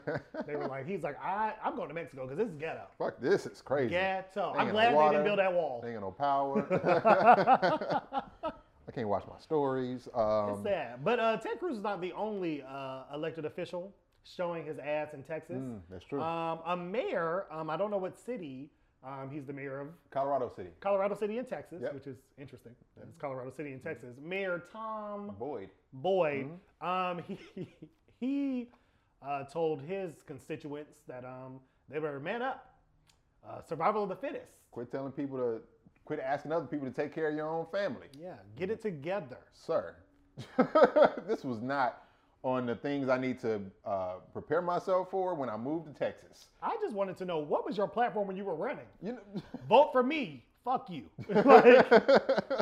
B: they were like, he's like, I, I'm going to Mexico because this is ghetto.
A: Fuck, this is crazy.
B: Ghetto.
A: They ain't
B: I'm
A: no
B: glad they
A: water.
B: didn't build that wall.
A: They ain't got no
B: *laughs*
A: power. *laughs* I can't watch my stories. Um,
B: It's sad. But uh, Ted Cruz is not the only uh, elected official showing his ass in Texas.
A: mm, that's true.
B: Um, a mayor, um, I don't know what city, um, he's the mayor of
A: Colorado City.
B: Colorado City and Texas,
A: Yep.
B: which is interesting. that It's Colorado City and Texas. Mayor Tom
A: Boyd.
B: Boyd, um, *laughs* he, he uh, told his constituents that um, they were man up, uh, survival of the fittest.
A: Quit telling people to quit asking other people to take care of your own family,
B: Yeah, get it together.
A: sir. *laughs* this was not on the things I need to uh, prepare myself for when I move to Texas.
B: I just wanted to know what was your platform when you were running?
A: You know,
B: Vote for me. Fuck you. *laughs*
A: *laughs*
B: like,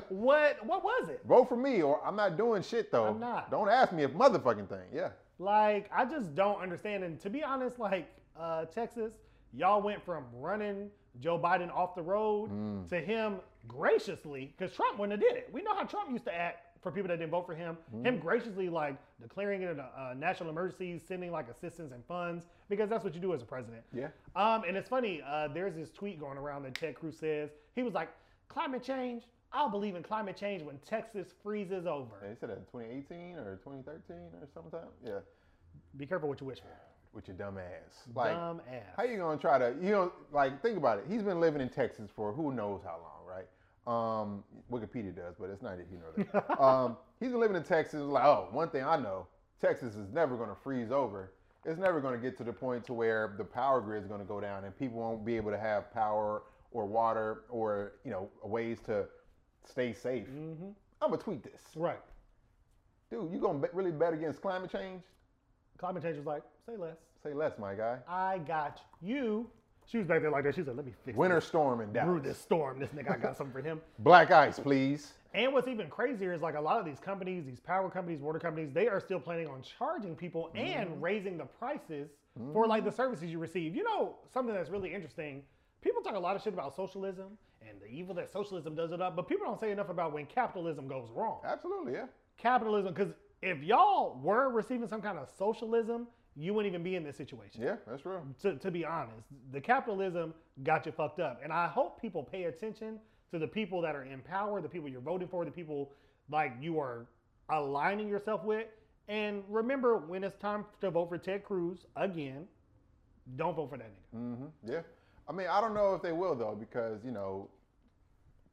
B: what what was it?
A: Vote for me, or I'm not doing shit though.
B: I'm not.
A: Don't ask me a motherfucking thing. Yeah.
B: Like, I just don't understand. And to be honest, like uh, Texas, y'all went from running Joe Biden off the road
A: Mm.
B: to him graciously, because Trump wouldn't have did it. We know how Trump used to act for people that didn't vote for him.
A: Mm.
B: Him graciously, like declaring it a, a national emergency, sending like assistance and funds, because that's what you do as a president.
A: Yeah.
B: Um, and it's funny. Uh, there's this tweet going around that Ted Cruz says he was like, "Climate change. I'll believe in climate change when Texas freezes
A: Yeah,
B: over."
A: They said that in 2018 or 2013 or sometime. Yeah.
B: Be careful what you wish for.
A: With your dumb ass. Like,
B: Dumb ass.
A: how you gonna try to? You know, like think about it. He's been living in Texas for who knows how long, right? Um, Wikipedia does, but it's not you know
B: *laughs*
A: that. um, he's been living in Texas. Like, oh, one thing I know, Texas is never gonna freeze over. It's never gonna get to the point to where the power grid is gonna go down and people won't be able to have power or water or you know ways to stay safe.
B: hmm
A: I'm gonna tweet this,
B: Right.
A: dude. You gonna bet really bet against climate change?
B: Climate change was like, "Say less.
A: Say less, my guy.
B: I got you." She was back there like that. She said, "Let me fix
A: Winter
B: this.
A: storm in
B: Brew
A: Dallas.
B: this storm. This nigga, I got something for him."
A: Black ice, please.
B: And what's even crazier is like a lot of these companies, these power companies, water companies, they are still planning on charging people and raising the prices for like the services you receive. You know, something that's really interesting. People talk a lot of shit about socialism and the evil that socialism does it up, but people don't say enough about when capitalism goes wrong.
A: Absolutely, yeah.
B: Capitalism, because if y'all were receiving some kind of socialism, you wouldn't even be in this situation.
A: Yeah, that's real.
B: To, to be honest, the capitalism got you fucked up. And I hope people pay attention to the people that are in power, the people you're voting for, the people like you are aligning yourself with. And remember, when it's time to vote for Ted Cruz again, don't vote for that nigga.
A: hmm Yeah. I mean, I don't know if they will though, because you know,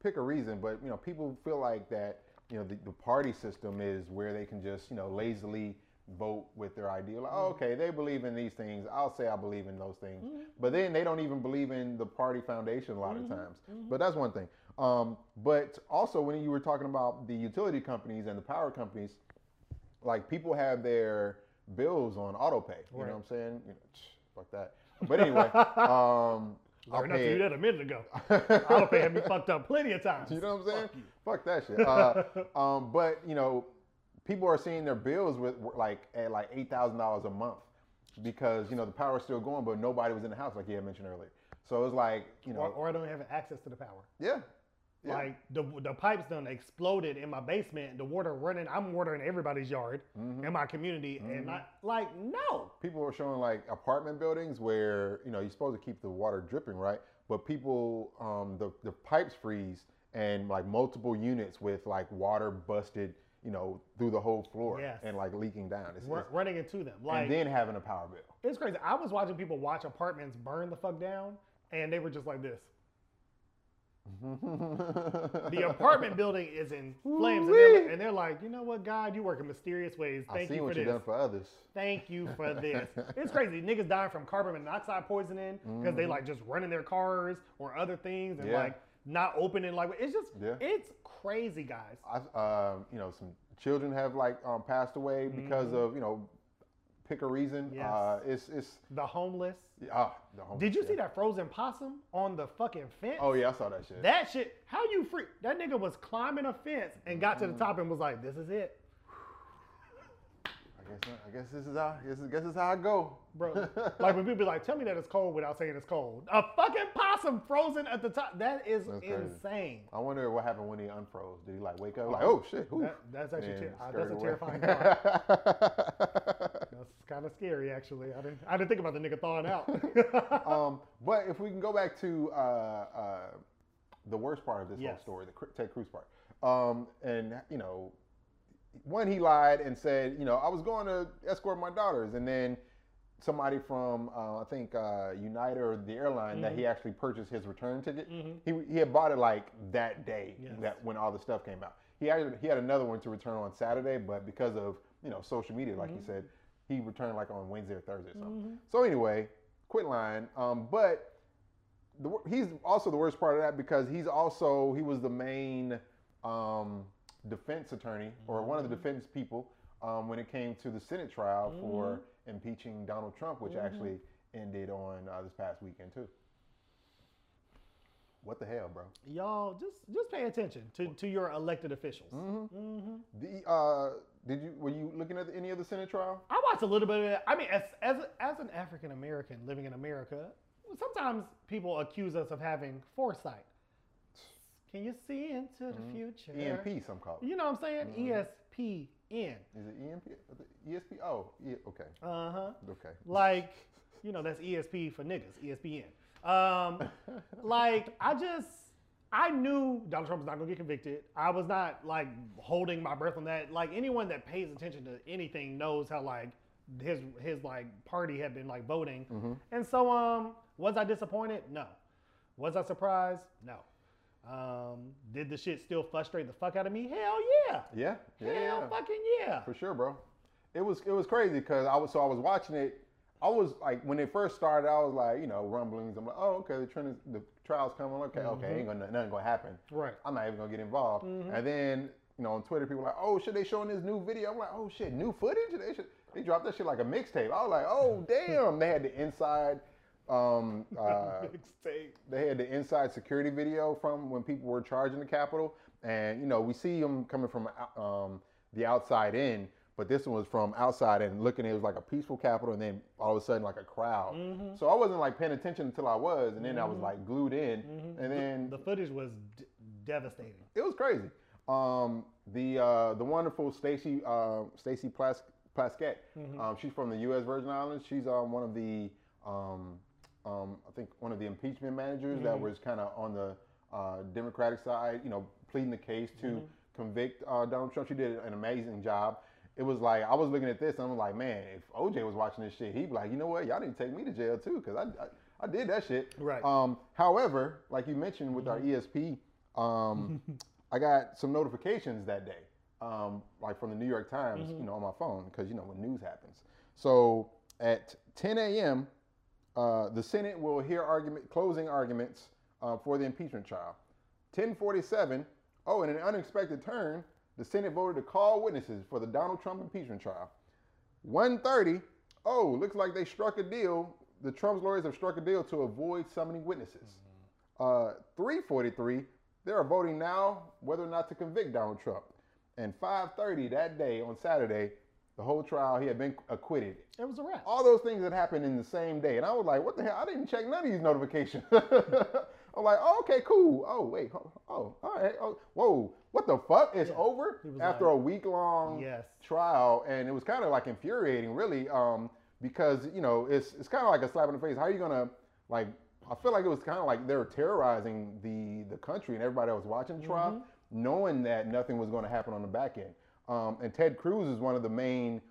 A: pick a reason, but you know, people feel like that. You know, the, the party system is where they can just you know lazily vote with their ideal. Like, oh, okay, they believe in these things. I'll say I believe in those things, but then they don't even believe in the party foundation a lot of times. But that's one thing. Um, but also, when you were talking about the utility companies and the power companies, like people have their bills on auto pay. You
B: Right.
A: know what I'm saying? You know, tch, fuck that. But anyway,
B: *laughs*
A: um, I'll
B: Learned not to
A: pay
B: do
A: it.
B: that a minute ago. Auto pay had me fucked up plenty of
A: *laughs*
B: times.
A: You know what I'm saying?
B: Fuck you.
A: Fuck, that shit.
B: *laughs*
A: Uh, *laughs* um, but you know, people are seeing their bills with like at like eight thousand dollars a month because you know the power's still going, but nobody was in the house, like you had mentioned earlier. So it's like you know,
B: Or, or I don't have access to the power.
A: yeah, yeah,
B: Like the the pipes done exploded in my basement. The water running. I'm watering everybody's yard in my community, and I like no.
A: Mm-hmm. people are showing like apartment buildings where you know you're supposed to keep the water dripping, right? But people, um, the the pipes freeze and like multiple units with like water busted, you know, through the whole floor
B: Yes.
A: and like leaking down. It's,
B: Run,
A: it's-
B: running into them like
A: and then having a power bill.
B: it's crazy. I was watching people watch apartments burn the fuck down, and they were just
A: *laughs*
B: like this. *laughs* The
A: *laughs*
B: apartment building is in flames, and
A: Woo-wee.
B: they're, and they're like, you know what, God, you work in mysterious ways.
A: I
B: Thank
A: see
B: you for
A: what
B: this.
A: you've done for others. *laughs*
B: Thank you for this. it's crazy. Niggas dying from carbon monoxide poisoning because they like just running their cars or other things and
A: Mm-hmm. Yeah.
B: like not opening. Like it's just
A: Yeah.
B: it's crazy, guys.
A: I, um, you know, some children have like um, passed away because of you know pick a reason.
B: Mm-hmm. Yes.
A: Uh, it's it's
B: The homeless.
A: ah the homeless.
B: Did you see
A: yeah.
B: that frozen possum on the fucking fence?
A: Oh yeah, I saw that shit.
B: That shit, how you freak? That nigga was climbing a fence and got to the top and was like, this is it.
A: I guess I guess this is how I guess, guess this is how I go, *laughs*
B: Bro, like when people be like, tell me that it's cold without saying it's cold. A fucking possum frozen at the top. That is
A: That's crazy.
B: insane.
A: I wonder what happened when he unfroze. Did he like wake up like oh shit? Who?
B: That, that's actually
A: Then
B: ter- uh,
A: scurried
B: that's a
A: away. *laughs*
B: terrifying thought. That's kind of scary, actually. I didn't, I didn't think about the nigga
A: *laughs*
B: thawing out. *laughs*
A: um, but if we can go back to uh, uh, the worst part of this whole
B: Yes.
A: story, the Cr- Ted Cruz part, um, and you know, when he lied and said, you know, I was going to escort my daughters, and then somebody from uh, I think uh, United or the airline that
B: Mm-hmm.
A: he actually purchased his return ticket.
B: Mhm.
A: He, he had bought it like that day
B: Yes.
A: that when all the stuff came out. He had he had another one to return on Saturday, but because of you know social media, like
B: Mm-hmm.
A: you said, he returned like on Wednesday or Thursday or something. So anyway, quit lying. Um, but the, wor- he's also the worst part of that because he's also he was the main um, defense attorney or one of the defense people um, when it came to the Senate trial for impeaching Donald Trump, which actually ended on uh, this past weekend too. What the hell, bro?
B: Y'all, just just pay attention to, to your elected officials.
A: Mm-hmm.
B: Mm-hmm.
A: The uh, did you were you looking at the, any of the Senate trial?
B: I watched a little bit of it. I mean, as as as an African American living in America, sometimes people accuse us of having foresight. Can you see into the future?
A: EMP, E some call it.
B: You know what I'm saying? E ESPN.
A: Is it EMP? ESP? Oh, yeah, okay,
B: Uh huh.
A: okay.
B: Like, you know, that's ESP for niggas. E ESPN. Um, like, I just, I knew Donald Trump was not gonna get convicted. I was not like holding my breath on that. Like anyone that pays attention to anything knows how like his his like party had been like voting.
A: Mm-hmm.
B: And so, um, was I disappointed? No. Was I surprised? No. Um, did the shit still frustrate the fuck out of me? Hell yeah.
A: Yeah, yeah,
B: Hell
A: yeah.
B: fucking yeah.
A: For sure, bro. It was it was crazy because I was so I was watching it. I was like when it first started, I was like you know rumblings. I'm like, oh okay, the trend is, the trial's coming. Okay, okay, ain't gonna nothing gonna happen.
B: Right.
A: I'm not even gonna get involved. And then you know on Twitter, people like, oh shit, they showing this new video. I'm like, oh shit, new footage. They should, they dropped that shit like a mixtape. I was like, oh damn, they had the inside. Um, uh,
B: *laughs* Mixtape.
A: they had the inside security video from when people were charging the Capitol, and you know we see them coming from um, the outside in, but this one was from outside and looking. It was like a peaceful Capitol, and then all of a sudden like a crowd.
B: Mm-hmm.
A: So I wasn't like paying attention until I was, and then I was like glued in, and then
B: Mm-hmm. The footage was d- devastating.
A: it was crazy. Um, the uh, the wonderful Stacy uh, Stacy Plas- Plaskett. Um, she's from the U.S. Virgin Islands. She's um, one of the um, um, I think one of the impeachment managers that was kind of on the uh, Democratic side. You know, pleading the case to convict uh, Donald Trump. She did an amazing job. It was like I was looking at this and I'm like, man, if OJ was watching this shit, he'd be like, you know what, y'all need to take me to jail too, cause I, I, I did that shit.
B: Right.
A: Um, however, like you mentioned with our ESP, um, I got some notifications that day, um, like from the New York Times, you know, on my phone because you know when news happens. So at 10 a.m., uh, the Senate will hear argument, closing arguments uh, for the impeachment trial. 10:47. Oh, in an unexpected turn, the Senate voted to call witnesses for the Donald Trump impeachment trial. 130. Oh, looks like they struck a deal. The Trump's lawyers have struck a deal to avoid summoning witnesses.
B: Mm-hmm.
A: Uh, 343. They are voting now whether or not to convict Donald Trump. And 530 that day on Saturday, the whole trial he had been acquitted.
B: It was a wrap.
A: All those things that happened in the same day, and I was like, "What the hell? I didn't check none of these notifications." *laughs* I'm like, oh, "Okay, cool. Oh wait, oh, oh all right. Oh, whoa, what the fuck? It's over
B: He was
A: after
B: like-
A: a week long
B: Yes.
A: trial and it was kind of like infuriating really um because you know it's it's kind of like a slap in the face how are you gonna like i feel like it was kind of like they were terrorizing the the country and everybody that was watching the trial knowing that nothing was going to happen on the back end um and ted cruz is one of the main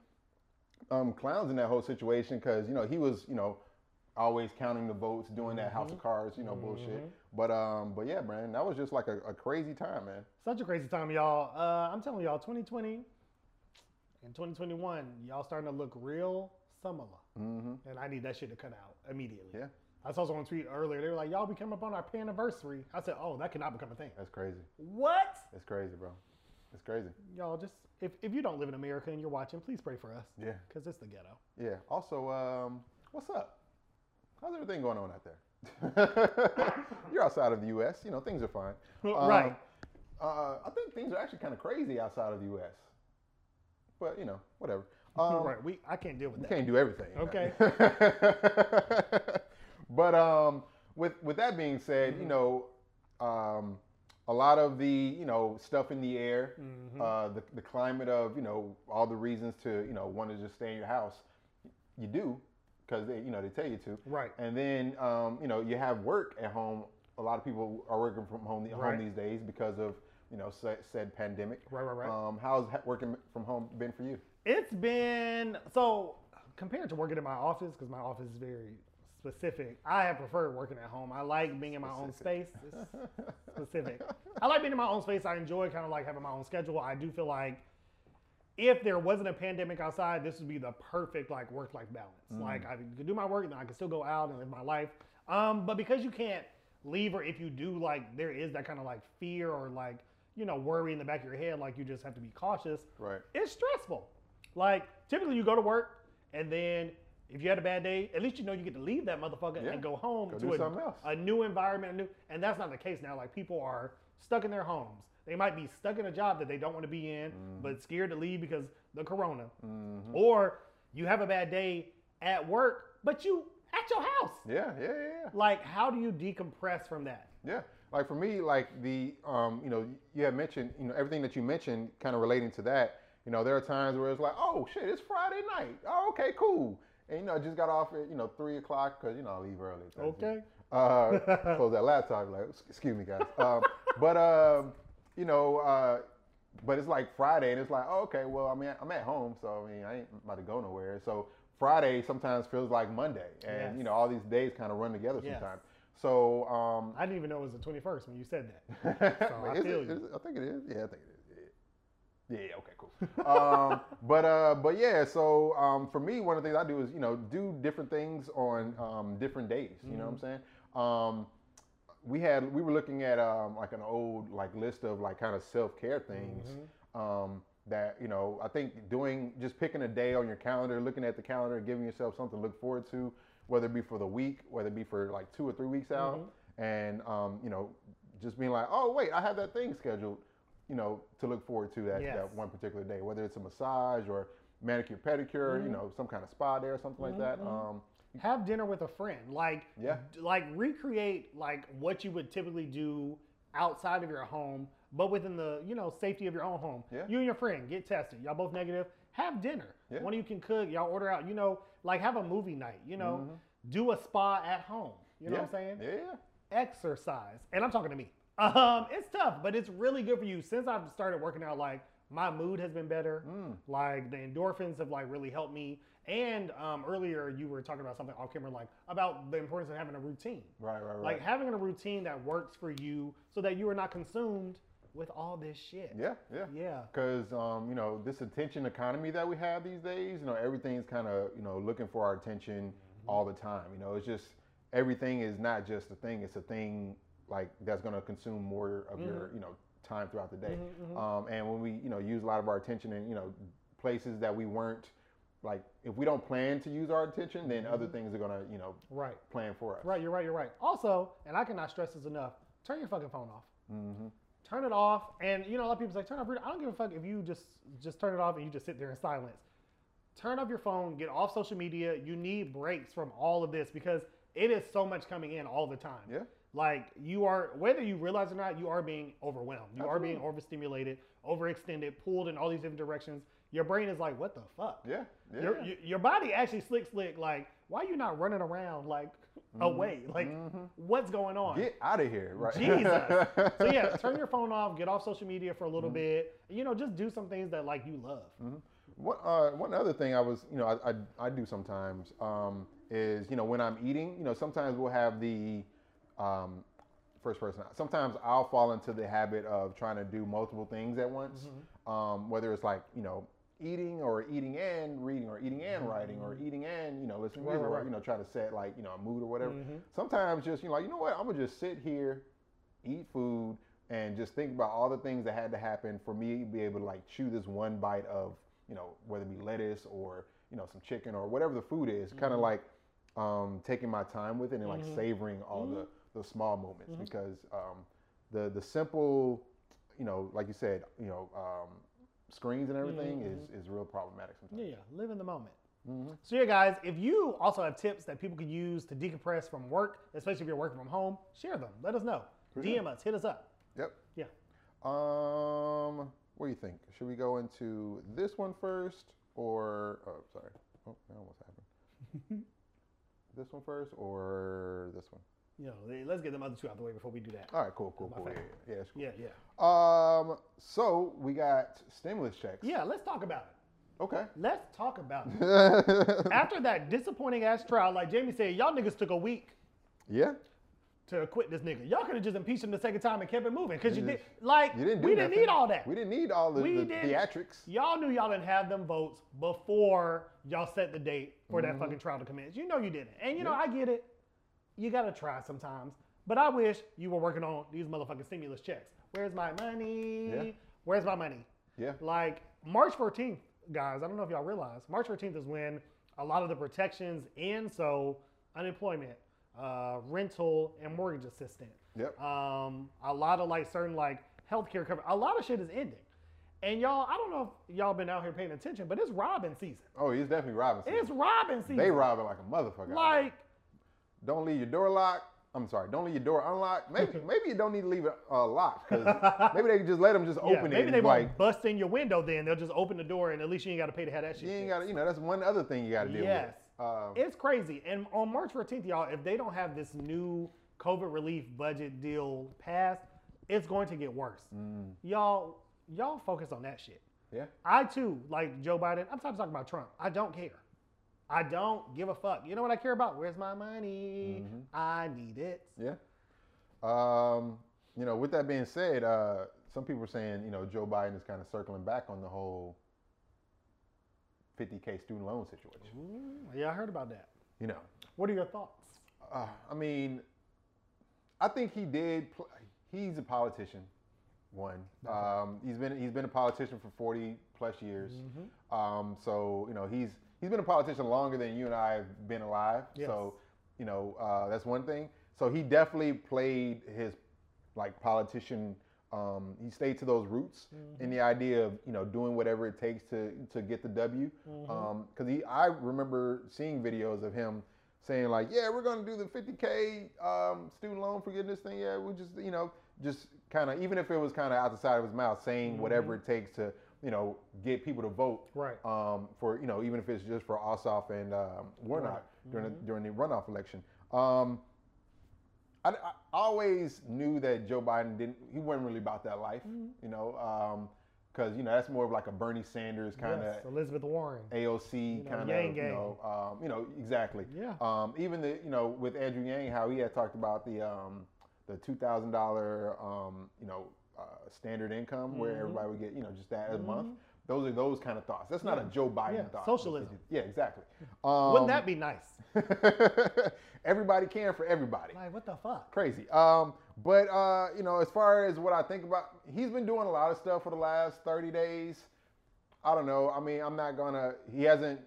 A: um clowns in that whole situation because you know he was you know always counting the votes doing that house of cards you know bullshit but um but yeah man that was just like a, a crazy time man
B: Such a crazy time, y'all. Uh, I'm telling y'all, 2020 and 2021, y'all starting to look real similar.
A: mm-hmm
B: And I need that shit to cut out immediately.
A: Yeah.
B: I saw someone tweet earlier. They were like, y'all be coming up on our anniversary. I said, oh, that cannot become a thing.
A: that's crazy
B: What?
A: that's crazy bro It's crazy.
B: Y'all just if, if you don't live in America and you're watching, please pray for us
A: Yeah.
B: because it's the ghetto.
A: Yeah. Also, um, what's up? How's everything going on out there? *laughs* You're outside of the U.S. You know things are fine.
B: right.
A: Um, Uh, I think things are actually kind of crazy outside of the U.S. But you know,
B: *laughs*
A: whatever. Um,
B: right. We I can't deal with
A: You
B: that.
A: can't do everything.
B: Okay.
A: *laughs* but um, with with that being said,
B: Mm-hmm.
A: you know, um, a lot of the you know stuff in the air,
B: Mhm.
A: uh, the the climate of you know all the reasons to you know want to just stay in your house, you do because they you know they tell you to.
B: Right.
A: And then um, you know you have work at home. A lot of people are working from home,
B: Right.
A: home these days because of you know said, said pandemic.
B: Right, right, right.
A: Um, how's ha- working from home been for you?
B: It's been so compared to working in my office because my office is very specific. I have preferred working at home. I like being in my own space.
A: Specific.
B: It's specific. I like being in my own space. I enjoy kind of like having my own schedule. I do feel like if there wasn't a pandemic outside, this would be the perfect like work life balance. Like I could do my work and I could still go out and live my life. Um, but because you can't leave or if you do, like there is that kind of like fear or like you know worry in the back of your head. Like you just have to be cautious
A: Right.
B: it's stressful. Like typically you go to work and then if you had a bad day, at least you know you get to leave that motherfucker
A: Yeah.
B: and go home
A: Go
B: to
A: do
B: a,
A: something else.
B: a new environment, a new and that's not the case now. Like people are stuck in their homes. They might be stuck in a job that they don't want to be in,
A: Mm-hmm.
B: but scared to leave because the corona.
A: Mhm.
B: Or you have a bad day at work, but you at your house.
A: Yeah, yeah, yeah, yeah.
B: Like how do you decompress from that?
A: Yeah. Like for me, like the um, you know, you had mentioned, you know, everything that you mentioned kind of relating to that, you know, there are times where it's like, oh shit, it's Friday night. Oh, okay, cool. And you know, I just got off at, you know, three o'clock because, you know, I leave early. so-
B: Okay.
A: Uh *laughs* close that laptop, like, "Ex- excuse me guys. Um, but um, you know, uh but it's like Friday and it's like, oh, okay, well I mean I'm at home, so I mean I ain't about to go nowhere. So Friday sometimes feels like Monday. And you
B: Yes.
A: know, all these days kind of run together
B: Yes.
A: sometimes. So um
B: I didn't even know it was the 21st when you said that. I
A: Is it-
B: feel you.
A: is it- I think it is. Yeah, I think it is. Yeah. Yeah, yeah, okay, cool.
B: *laughs*
A: um, but uh, but yeah, so um, for me, one of the things I do is you know do different things on um, different days. You know what I'm saying?
B: Mm-hmm.
A: Um, we had we were looking at um, like an old like list of like kind of self care things
B: Mm-hmm.
A: um, that you know I think doing just picking a day on your calendar, looking at the calendar, and giving yourself something to look forward to, whether it be for the week, whether it be for like two or three weeks out,
B: Mm-hmm.
A: and um, you know just being like, oh wait, I have that thing scheduled, you know, to look forward to that, that
B: Yes.
A: one particular day, whether it's a massage or manicure pedicure,
B: Mm-hmm.
A: you know, some kind of spa day or something like that. Um,
B: have dinner with a friend like
A: Yeah.
B: d- like recreate like what you would typically do outside of your home but within the you know safety of your own home
A: Yeah.
B: you and your friend get tested y'all both negative have dinner
A: Yeah.
B: one of you can cook y'all order out you know like have a movie night you know do a spa at home you know what i'm
A: Mm-hmm. yeah,
B: saying
A: Yeah, yeah.
B: exercise, and I'm talking to me. *laughs* Um, it's tough, but it's really good for you. Since I've started working out, like my mood has been better.
A: mm.
B: Like the endorphins have like really helped me. And um, earlier you were talking about something off camera, like about the importance of having a routine.
A: Right, right, right.
B: Like having a routine that works for you, so that you are not consumed with all this shit.
A: yeah, yeah.
B: Yeah.
A: Because um, you know this attention economy that we have these days, you know everything's kind of you know looking for our attention all the time. You know it's just everything is not just a thing; it's a thing like that's going to consume more of
B: Mm-hmm.
A: your you know time throughout the day. Um, and when we you know use a lot of our attention in you know places that we weren't like if we don't plan to use our attention, then other things are going to you know
B: Right.
A: plan for us.
B: Mm-hmm. Right. You're right. You're right. Also, and I cannot stress this enough: turn your fucking phone off.
A: hmm
B: turn it off. And you know, a lot of people say, turn off. your-" I don't give a fuck if you just just turn it off and you just sit there in silence. Turn off your phone. Get off social media. You need breaks from all of this because it is so much coming in all the time.
A: Yeah.
B: Like you are, whether you realize it or not, you are being overwhelmed. You are being
A: Absolutely.
B: overstimulated, overextended, pulled in all these different directions. Your brain is like, what the fuck?
A: Yeah. Yeah.
B: Your, your, your body actually slick slick. Like, why you not running around like
A: Mm-hmm.
B: away? Like,
A: Mhm.
B: what's going on?
A: Get out of here, right?
B: Jesus. so
A: *laughs*
B: yeah, turn your phone off, get off social media for a
A: Mm-hmm.
B: little bit. You know, just do some things that like you love.
A: What, uh, one other thing I was, you know, I, I, I do sometimes um, is, you know, when I'm eating, you know, sometimes we'll have the um, first person. Sometimes I'll fall into the habit of trying to do multiple things at once,
B: Mm-hmm.
A: um, whether it's like, you know, eating or eating and reading or eating and writing or eating and, you know, listening to music
B: Mm-hmm. Right, right,
A: or,
B: right.
A: you know, try to set like, you know, a mood or whatever.
B: Mhm.
A: Sometimes just, you know, like, you know what, I'm going to just sit here, eat food, and just think about all the things that had to happen for me to be able to like chew this one bite of you know whether it be lettuce or you know some chicken or whatever the food is kind of like um, taking my time with it and like savoring all the the small moments because um, the the simple you know like you said you know um, screens and everything is is real problematic sometimes
B: Yeah, yeah. Live in the moment.
A: Mhm.
B: So yeah, guys, if you also have tips that people can use to decompress from work, especially if you're working from home, share them. Let us know.
A: For sure.
B: DM us. Hit us up.
A: yep
B: Yeah.
A: um what do you think should we go into this one first or oh sorry oh that almost happened
B: *laughs*
A: this one first or this one
B: You know, let's get them other two out the way before we do that.
A: all right cool cool
B: My
A: cool yeah,
B: fault.
A: yeah, yeah, it's cool.
B: Yeah, yeah.
A: Um. So we got stimulus checks.
B: Yeah, let's talk about it.
A: Okay.
B: Let's talk about it.
A: *laughs* yeah.
B: After that disappointing ass trial, like Jamie said, y'all niggas took a week to acquit this nigga. Y'all could have just impeached him the second time and kept it moving. Cause you
A: You
B: did
A: just-
B: like
A: You didn't do
B: we didn't
A: nothing.
B: need all that.
A: We didn't need all the,
B: We
A: the
B: didn't-
A: theatrics.
B: Y'all knew y'all didn't have them votes before y'all set the date for that fucking trial to commence. You know you didn't. And you know,
A: Mm-hmm. Yeah.
B: I get it. You gotta try sometimes. But I wish you were working on these motherfucking stimulus checks. Where's my money?
A: Yeah.
B: Where's my money?
A: Yeah.
B: Like March 14th, guys, I don't know if y'all realize, March 14th is when a lot of the protections end. So unemployment, uh, rental, and mortgage assistance
A: Yep.
B: um, a lot of like certain like healthcare cover. A lot of shit is ending, and y'all, I don't know if y'all been out here paying attention, but it's Robin season.
A: Oh, he's definitely robbing. something.
B: It's Robin season.
A: They robbing like a motherfucker. out
B: like
A: there. Don't leave your door locked. I'm sorry. Don't leave your door unlocked. Maybe
B: *laughs*
A: maybe you don't need to leave it uh, locked because maybe they could just let them just
B: yeah,
A: *laughs* open it.
B: maybe
A: and
B: they
A: like
B: won't bust in your window. Then they'll just open the door, and at least you ain't got to pay to have that shit.
A: you ain't
B: fixed.
A: got to. You know that's one other thing you got to deal
B: Yes.
A: with. Um,
B: It's crazy. And on March 14th, y'all, if they don't have this new COVID relief budget deal passed, it's going to get worse.
A: mm,
B: Y'all, y'all focus on that shit.
A: yeah.
B: I too, like Joe Biden, I'm tired of talking about Trump. I don't care. I don't give a fuck. You know what I care about? Where's my money?
A: Mm-hmm.
B: I need it.
A: Yeah. Um, you know, with that being said, uh, some people are saying, you know, Joe Biden is kind of circling back on the whole 50K student loan situation.
B: Mm, yeah, I heard about that.
A: You know,
B: What are your thoughts?
A: uh, I mean, I think he did. Pl- he's a politician. One, um, he's been he's been a politician for 40 plus years.
B: Mm-hmm.
A: Um, so you know he's he's been a politician longer than you and I have been alive. So you know uh, that's one thing. So he definitely played his like politician. Um, he stayed to those roots and the idea of you know doing whatever it takes to to get the W. Because he, I remember seeing videos of him saying like, yeah, we're gonna do the 50k um, student loan forgiveness thing. Yeah, we just you know just kind of even if it was kind of out the side of his mouth, saying whatever it takes to you know get people to vote
B: Right.
A: um, for you know even if it's just for Ossoff and um, Warnock during
B: Mm-hmm.
A: the, during the runoff election. Um, I, I always knew that Joe Biden didn't. He wasn't really about that life,
B: Mm-hmm.
A: you know, because you know that's more of like a Bernie Sanders kind of
B: Yes, Elizabeth Warren.
A: AOC
B: know,
A: kind
B: Yang
A: of, you
B: gang.
A: know, um, you know, exactly.
B: Yeah.
A: Um, even the, you know, with Andrew Yang, how he had talked about the um, the two thousand dollar, um, you know, uh, standard income where
B: Mm-hmm.
A: everybody would get, you know, just that a month. Those are those kind of thoughts. That's not a Joe Biden
B: Yeah,
A: thought.
B: socialism.
A: Yeah, exactly. Um,
B: Wouldn't that be nice?
A: that? *laughs* everybody can for everybody
B: Like, what the fuck?
A: crazy. Um, but uh, you know, as far as what I think about, he's been doing a lot of stuff for the last thirty days. I don't know. I mean, I'm not gonna. He hasn't.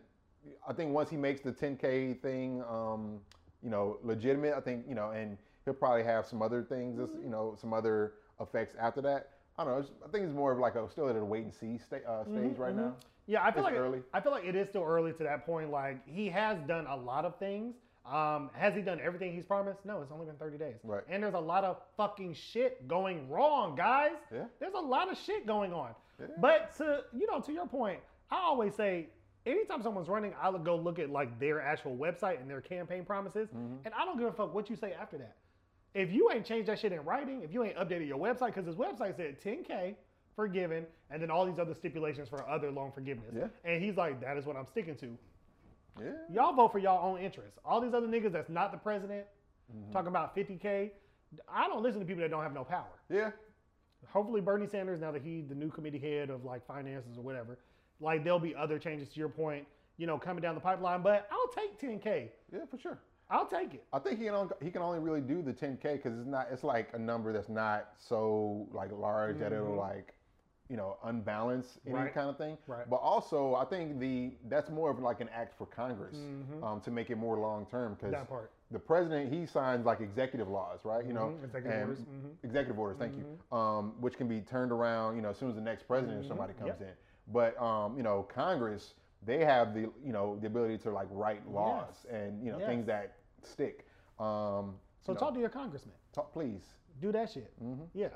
A: I think once he makes the 10k thing, um, you know, legitimate. I think you know, and he'll probably have some other things. that's You know, some other effects after that. I don't know. It's, I think it's more of like a still at a wait and see sta- uh, stage right now.
B: Yeah, Mm-hmm, I feel
A: It's
B: like
A: early.
B: I feel like it is still early to that point. Like he has done a lot of things. Um, has he done everything he's promised? No, it's only been 30 days.
A: Right.
B: And there's a lot of fucking shit going wrong, guys.
A: Yeah.
B: There's a lot of shit going on.
A: Yeah.
B: But to you know, to your point, I always say anytime someone's running, I'll go look at like their actual website and their campaign promises. And I don't give a fuck what you say after that. If you ain't changed that shit in writing, if you ain't updated your website, because his website said 10K forgiven, and then all these other stipulations for other loan forgiveness.
A: Yeah.
B: And he's like, that is what I'm sticking to.
A: Yeah.
B: Y'all vote for y'all own interests. All these other niggas that's not the president, talking about 50K. I don't listen to people that don't have no power
A: Yeah.
B: hopefully Bernie Sanders, now that he's the new committee head of like finances or whatever, like there'll be other changes to your point, you know, coming down the pipeline. But I'll take 10K.
A: Yeah. For sure.
B: I'll take it.
A: I think he can only, he can only really do the 10k because it's not it's like a number that's not so like large that it'll
B: Mhm.
A: like you know unbalance any
B: Right.
A: kind of thing.
B: Right.
A: But also I think the that's more of like an act for Congress
B: Mhm.
A: um, to make it more long term because
B: That part.
A: the president he signs like executive laws right you know
B: Mhm, executive
A: and-
B: orders, mhm.
A: executive orders thank
B: Mm-hmm.
A: you um, which can be turned around you know as soon as the next president or
B: Mhm,
A: somebody comes
B: yep.
A: in but um, you know Congress they have the you know the ability to like write laws
B: Yes.
A: and you know things
B: Yes.
A: that stick um,
B: So
A: you know, Mm-hmm.
B: talk to your congressman.
A: talk please
B: Do that shit. Yeah.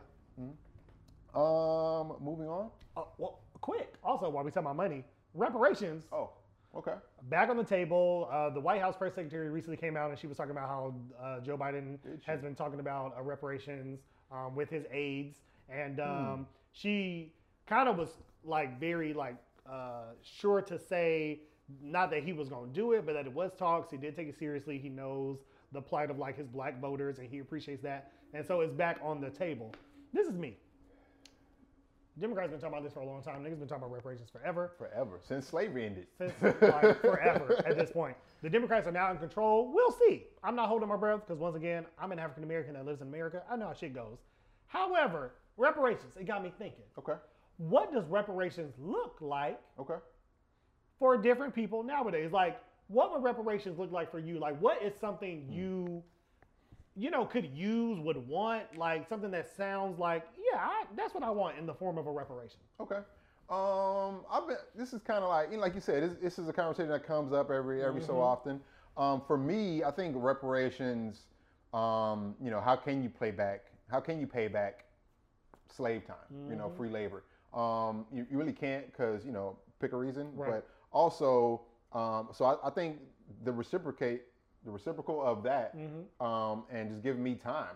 A: um, moving on
B: Uh, well, quick. Also, while we talk about money, reparations
A: oh okay
B: back on the table. Uh, the White House press secretary recently came out and she was talking about how uh, Joe Biden
A: Did she?
B: has been talking about uh, reparations um, with his aides, and
A: Hmm.
B: um, she kind of was like very like uh, sure to say not that he was going to do it, but that it was talks. He did take it seriously. He knows the plight of like his black voters, and he appreciates that, and so it's back on the table. This is me. Democrats been talking about this for a long time. Niggas been talking about reparations forever
A: forever since slavery ended
B: since like forever at this point. The Democrats are now in control. We'll see. I'm not holding my breath because once again, I'm an African American that lives in America. I know how shit goes. However, reparations, it got me thinking.
A: *laughs* okay
B: What does reparations look like
A: okay
B: for different people nowadays? Like, what would reparations look like for you? Like, what is something you, you know, could use, would want, like something that sounds like, yeah, I, that's what I want in the form of a reparation.
A: Okay. Um, I've been. This is kind of like, you know, like you said, this, this is a conversation that comes up every every so
B: Mhm.
A: often. Um, for me, I think reparations. Um, you know, how can you play back? How can you pay back slave time? You know,
B: Mhm.
A: free labor. Um, you, you really can't because you know, pick a reason.
B: Right.
A: But also, um, so I, I think the reciprocate, the reciprocal of that,
B: Mm-hmm.
A: um, and just give me time,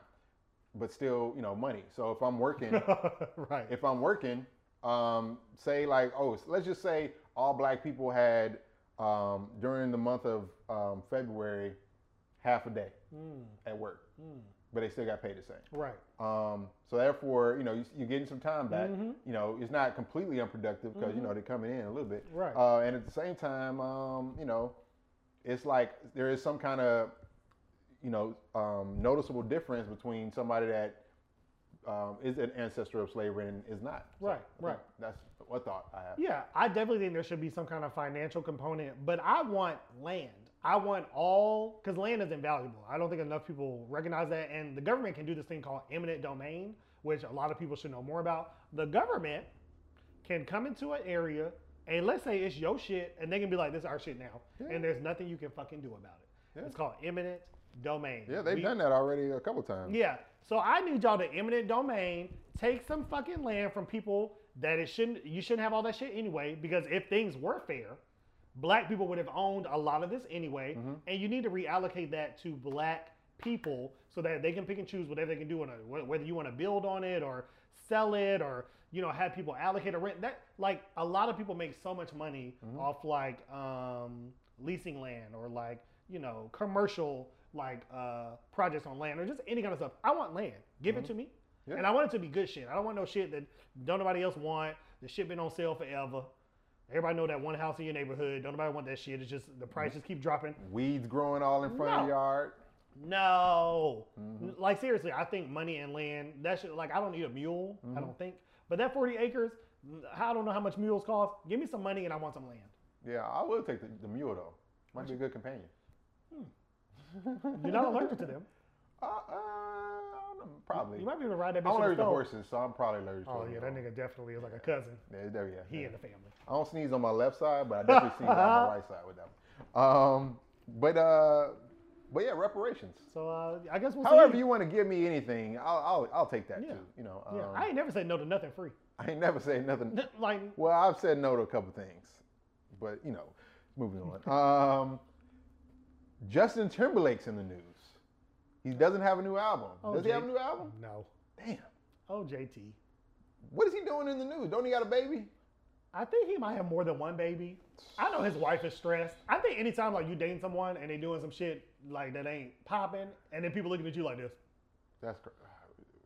A: but still, you know, money. So if I'm working
B: *laughs* right.
A: if I'm working, um, say like, oh, s- let's just say all black people had um, during the month of um, February half a day
B: mm,
A: at work,
B: mm,
A: but they still got paid the same.
B: right.
A: Um, so therefore, you know, you, you're getting some time back.
B: Mhm.
A: You know, it's not completely unproductive because you
B: Mhm.
A: know they're coming in a little bit.
B: Right.
A: Uh, and at the same time, um, you know, it's like there is some kind of, you know, um, noticeable difference between somebody that um, is an ancestor of slavery and is not.
B: Right,
A: I think
B: right.
A: That's what thought I have.
B: Yeah, I definitely think there should be some kind of financial component, but I want land. I want all because land is invaluable. I don't think enough people recognize that, and the government can do this thing called eminent domain, which a lot of people should know more about. The government can come into an area and let's say it's your shit, and they can be like, "This is our shit now,"
A: Yeah.
B: and there's nothing you can fucking do about it.
A: Yeah.
B: It's called eminent domain.
A: Yeah, they've
B: We-
A: done that already a couple times.
B: yeah. So I need y'all to eminent domain, take some fucking land from people that it shouldn't you shouldn't have all that shit anyway, because if things were fair, black people would have owned a lot of this anyway.
A: Mhm.
B: And you need to reallocate that to black people so that they can pick and choose whatever they can do on it, wh- whether you want to build on it or sell it or you know have people allocate a rent that like a lot of people make so much money
A: Mhm.
B: off like um leasing land or like you know commercial like uh projects on land or just any kind of stuff i want land give it to me
A: Yeah.
B: and i want it to be good shit i don't want no shit that don't nobody else want the shit been on sale forever everybody know that one house in your neighborhood don't nobody want that shit it's just the prices keep dropping
A: Weeds growing all in front of
B: No.
A: the yard.
B: no.
A: Mhm.
B: Like seriously, I think money and land. That should like I don't need a mule. I
A: Mhm.
B: don't think. But that forty acres, I don't know how much mules cost. Give me some money and I want some land.
A: Yeah, I will take the, the mule though. Might be a good companion.
B: Hmm. You're not allergic to them.
A: *laughs* Uh, uh, I don't know, probably.
B: You might be able to ride that
A: I'm
B: bitch. in
A: allergic
B: the
A: to
B: store.
A: horses, so I'm probably allergic to
B: Oh
A: them.
B: yeah, that nigga definitely is like a cousin.
A: Yeah, there we go.
B: He
A: Yeah.
B: in the family.
A: I don't sneeze on my left side, but I definitely sneeze on my
B: *laughs*
A: right side with that one. Um, but uh, but yeah, reparations.
B: So uh, I guess we'll
A: However,
B: see.
A: you want to give me anything, I'll I'll, I'll take that
B: Yeah.
A: too. You know, um,
B: yeah, I ain't never said no to nothing free. *laughs*
A: I ain't never say nothing.
B: like
A: Well, I've said no to a couple things, but you know, moving on. um, Justin Timberlake's in the news. He doesn't have a new album.
B: Oh,
A: Does he have a
B: Jake.
A: new album?
B: no.
A: Damn.
B: Oh JT,
A: What is he doing in the news? Don't he got a baby?
B: I think he might have more than one baby. I know his wife is stressed. I think anytime like you dating someone and they doing some shit like that ain't popping, and then people looking at you like this.
A: That's crazy. *sighs*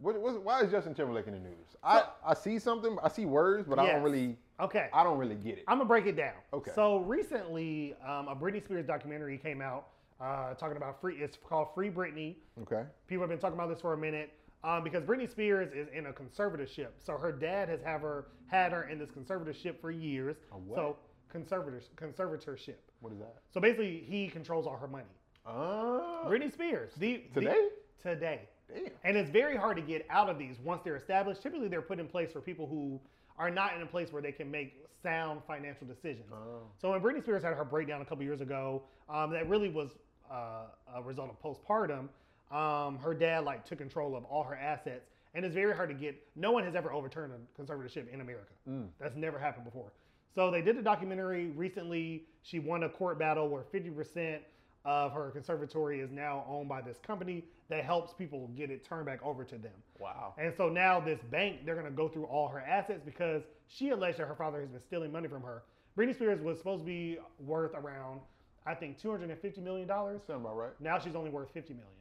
A: What, what's, why is Justin Timberlake in the news? I, I see something, I see words, but I don't
B: Yes.
A: really
B: Okay.
A: I don't really get it.
B: I'm gonna break it down.
A: Okay.
B: So recently, um, a Britney Spears documentary came out uh, talking about free. It's called Free Britney.
A: Okay.
B: People have been talking about this for a minute um, because Britney Spears is in a conservatorship. So her dad has have her had her in this conservatorship for years.
A: A what?
B: So conservators conservatorship.
A: What is that?
B: So basically, he controls all her money.
A: Oh.
B: Britney Spears. The, the-
A: Today?
B: today.
A: Damn.
B: And it's very hard to get out of these once they're established. Typically, they're put in place for people who are not in a place where they can make sound financial decisions.
A: Oh.
B: So when Britney Spears had her breakdown a couple years ago, um, that really was uh, a result of postpartum. Um, her dad like took control of all her assets, and it's very hard to get. No one has ever overturned a conservatorship in America.
A: Mm.
B: That's never happened before. So they did a documentary recently. She won a court battle where 50% of her conservatory is now owned by this company that helps people get it turned back over to them.
A: Wow.
B: And so now this bank, they're gonna go through all her assets because she alleged that her father has been stealing money from her. Britney Spears was supposed to be worth around, I think, two hundred and fifty million dollars.
A: Sound about right.
B: Now she's only worth fifty million.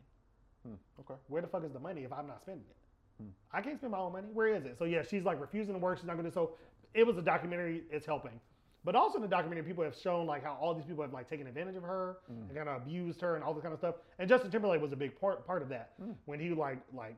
A: Hmm. Okay.
B: Where the fuck is the money if I'm not spending it?
A: Hmm.
B: I can't spend my own money. Where is it? So yeah, she's like refusing to work. She's not gonna. do So it was a documentary. It's helping, but also in the documentary, people have shown like how all these people have like taken advantage of her
A: Mm.
B: and kind of abused her and all this kind of stuff. And Justin Timberlake was a big part part of that
A: Mm.
B: when he like like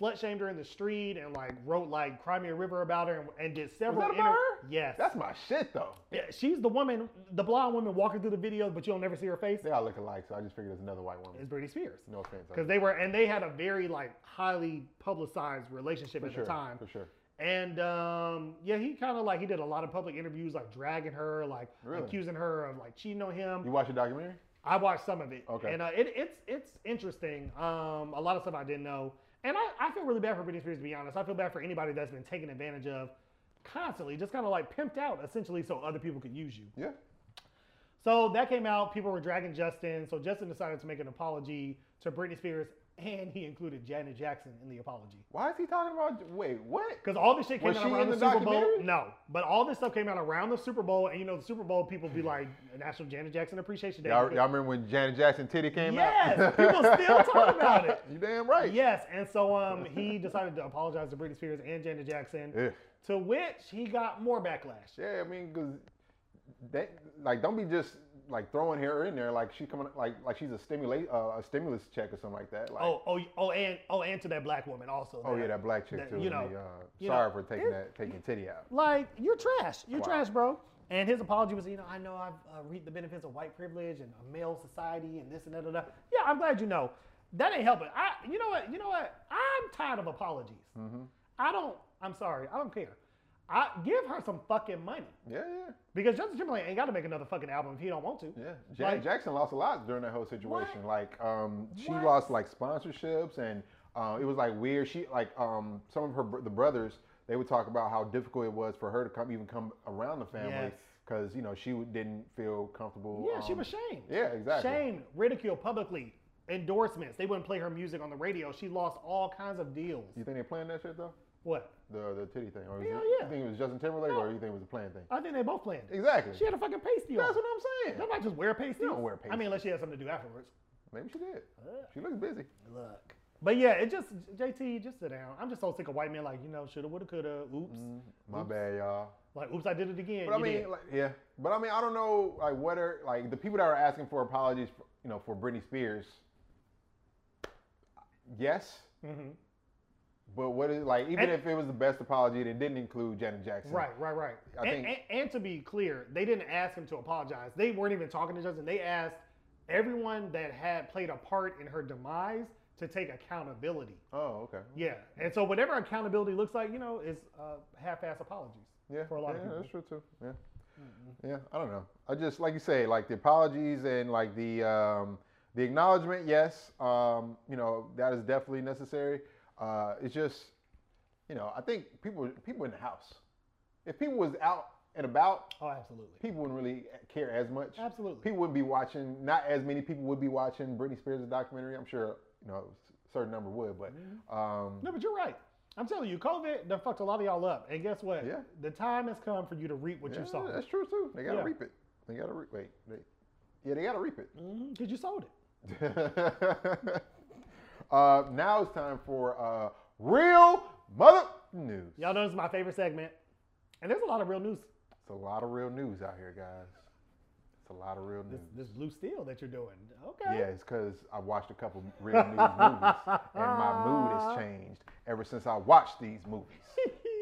B: slut shamed her in the street and like wrote like Crimea River about her and, and did several.
A: that about her?
B: Yes,
A: That's my shit though.
B: yeah, she's the woman, the blonde woman walking through the video, but you'll never see her face.
A: They all look alike, so I just figured it's another white
B: Is
A: woman.
B: Britney Spears
A: No offense.
B: because they were and they had a very like highly publicized relationship
A: for
B: at
A: sure.
B: the time
A: For sure.
B: and um yeah he kind of like he did a lot of public interviews like dragging her like
A: Really?
B: accusing her of like cheating on him
A: You watch the documentary?
B: i watched some of it
A: Okay.
B: and uh, it, it's it's interesting um a lot of stuff i didn't know and i i feel really bad for britney spears to be honest i feel bad for anybody that's been taken advantage of constantly just kind of like pimped out essentially so other people could use you
A: Yeah.
B: so that came out. People were dragging Justin. So Justin decided to make an apology to Britney Spears, and he included Janet Jackson in the apology.
A: Why is he talking about? Wait, what?
B: Because all this shit came
A: Was
B: out
A: she
B: around
A: in
B: the,
A: the
B: Super Bowl.
A: documentary?
B: No, but all this stuff came out around the Super Bowl, and you know the Super Bowl people be like National Janet Jackson Appreciation Day.
A: Y'all, y'all remember when Janet Jackson titty came
B: Yes,
A: out?
B: people still talk about it.
A: *laughs* You damn right.
B: Yes, and so um he decided to apologize to Britney Spears and Janet Jackson,
A: Ugh.
B: to which he got more backlash.
A: Yeah, I mean, cause they like don't be just like throwing her in there like she coming like like she's a stimulate uh, a stimulus check or something like that. Like,
B: Oh, oh, oh, and oh, and to that black woman also.
A: oh yeah, that black chick
B: that-
A: too.
B: you know,
A: the, uh,
B: you
A: sorry
B: know,
A: for taking
B: it-
A: that taking titty out.
B: Like, you're trash. You're
A: Wow.
B: trash, bro. And his apology was, you know, I know I've uh, reaped the benefits of white privilege and a male society and this and that and that. Yeah, I'm glad you know. That ain't helping. I, you know what? You know what? I'm tired of apologies.
A: hmm
B: I don't. I'm sorry. I don't care. I give her some fucking money
A: Yeah, yeah,
B: because Justin Timberlake ain't got to make another fucking album if he don't want to.
A: yeah. Janet
B: Like-
A: Jackson lost a lot during that whole situation. Like, um, she
B: What?
A: lost like sponsorships and uh, it was like weird. She like um some of her br- the brothers they would talk about how difficult it was for her to come even come around the family
B: Yes.
A: because you know she didn't feel comfortable.
B: Yeah, she
A: um,
B: was shamed.
A: Yeah, exactly.
B: Shame, ridicule publicly, endorsements. They wouldn't play her music on the radio. She lost all kinds of deals.
A: You think they planned that shit though?
B: What?
A: The the titty thing, or was
B: Hell
A: it,
B: yeah.
A: you think it was Justin Timberlake,
B: No.
A: or you think it was a planned thing?
B: I think they both planned it.
A: Exactly.
B: She had a fucking pasty on.
A: That's what I'm saying.
B: Don't I just wear pasties?
A: You don't wear
B: I
A: pasties.
B: mean, unless she has something to do afterwards.
A: Maybe she did.
B: Ugh,
A: She looks busy.
B: look. But yeah, it just JT, just sit down. I'm just so sick of white men like you know shoulda, woulda, coulda. Oops,
A: Mm, my
B: Oops.
A: bad, y'all.
B: like oops, I did it again.
A: But I
B: You
A: mean,
B: did.
A: like, yeah. But I mean, I don't know, like, what are like the people that are asking for apologies, for, you know, for Britney Spears. Yes,
B: Mhm.
A: but what is like? Even
B: And-
A: if it was the best apology, it didn't include Janet Jackson.
B: right, right, right.
A: I
B: and,
A: think-
B: and, and to be clear, they didn't ask him to apologize. They weren't even talking to Justin. They asked everyone that had played a part in her demise to take accountability.
A: Oh, okay.
B: Yeah, and so whatever accountability looks like, you know, is uh, half-ass apologies.
A: Yeah,
B: for a lot
A: yeah,
B: of people. Mm-hmm.
A: that's true too. Yeah, yeah. I don't know. I just like you say, like the apologies and like the um, the acknowledgement. Yes, um, you know that is definitely necessary. Uh, it's just, you know, I think people people in the house. If people was out and about,
B: Oh, absolutely,
A: people wouldn't really care as much.
B: absolutely.
A: People wouldn't be watching. Not as many people would be watching Britney Spears' documentary. I'm sure you know a certain number would, but
B: Mm-hmm.
A: um,
B: No, but you're right. I'm telling you, COVID done fucked a lot of y'all up. And guess what?
A: Yeah.
B: The time has come for you to reap what
A: yeah,
B: you sowed.
A: that's true too. They gotta
B: Yeah.
A: reap it. They gotta reap. Wait, they, yeah, they gotta reap it.
B: Mhm, Cause you sold it.
A: *laughs* uh, now it's time for uh, real mother news.
B: Y'all know this is my favorite segment. And there's a lot of real news.
A: It's a lot of real news out here, guys. It's a lot of real news.
B: This, *laughs* this blue steel that you're doing. Okay.
A: Yeah, it's because I watched a couple real news movies,
B: *laughs*
A: and my mood has changed ever since I watched these movies.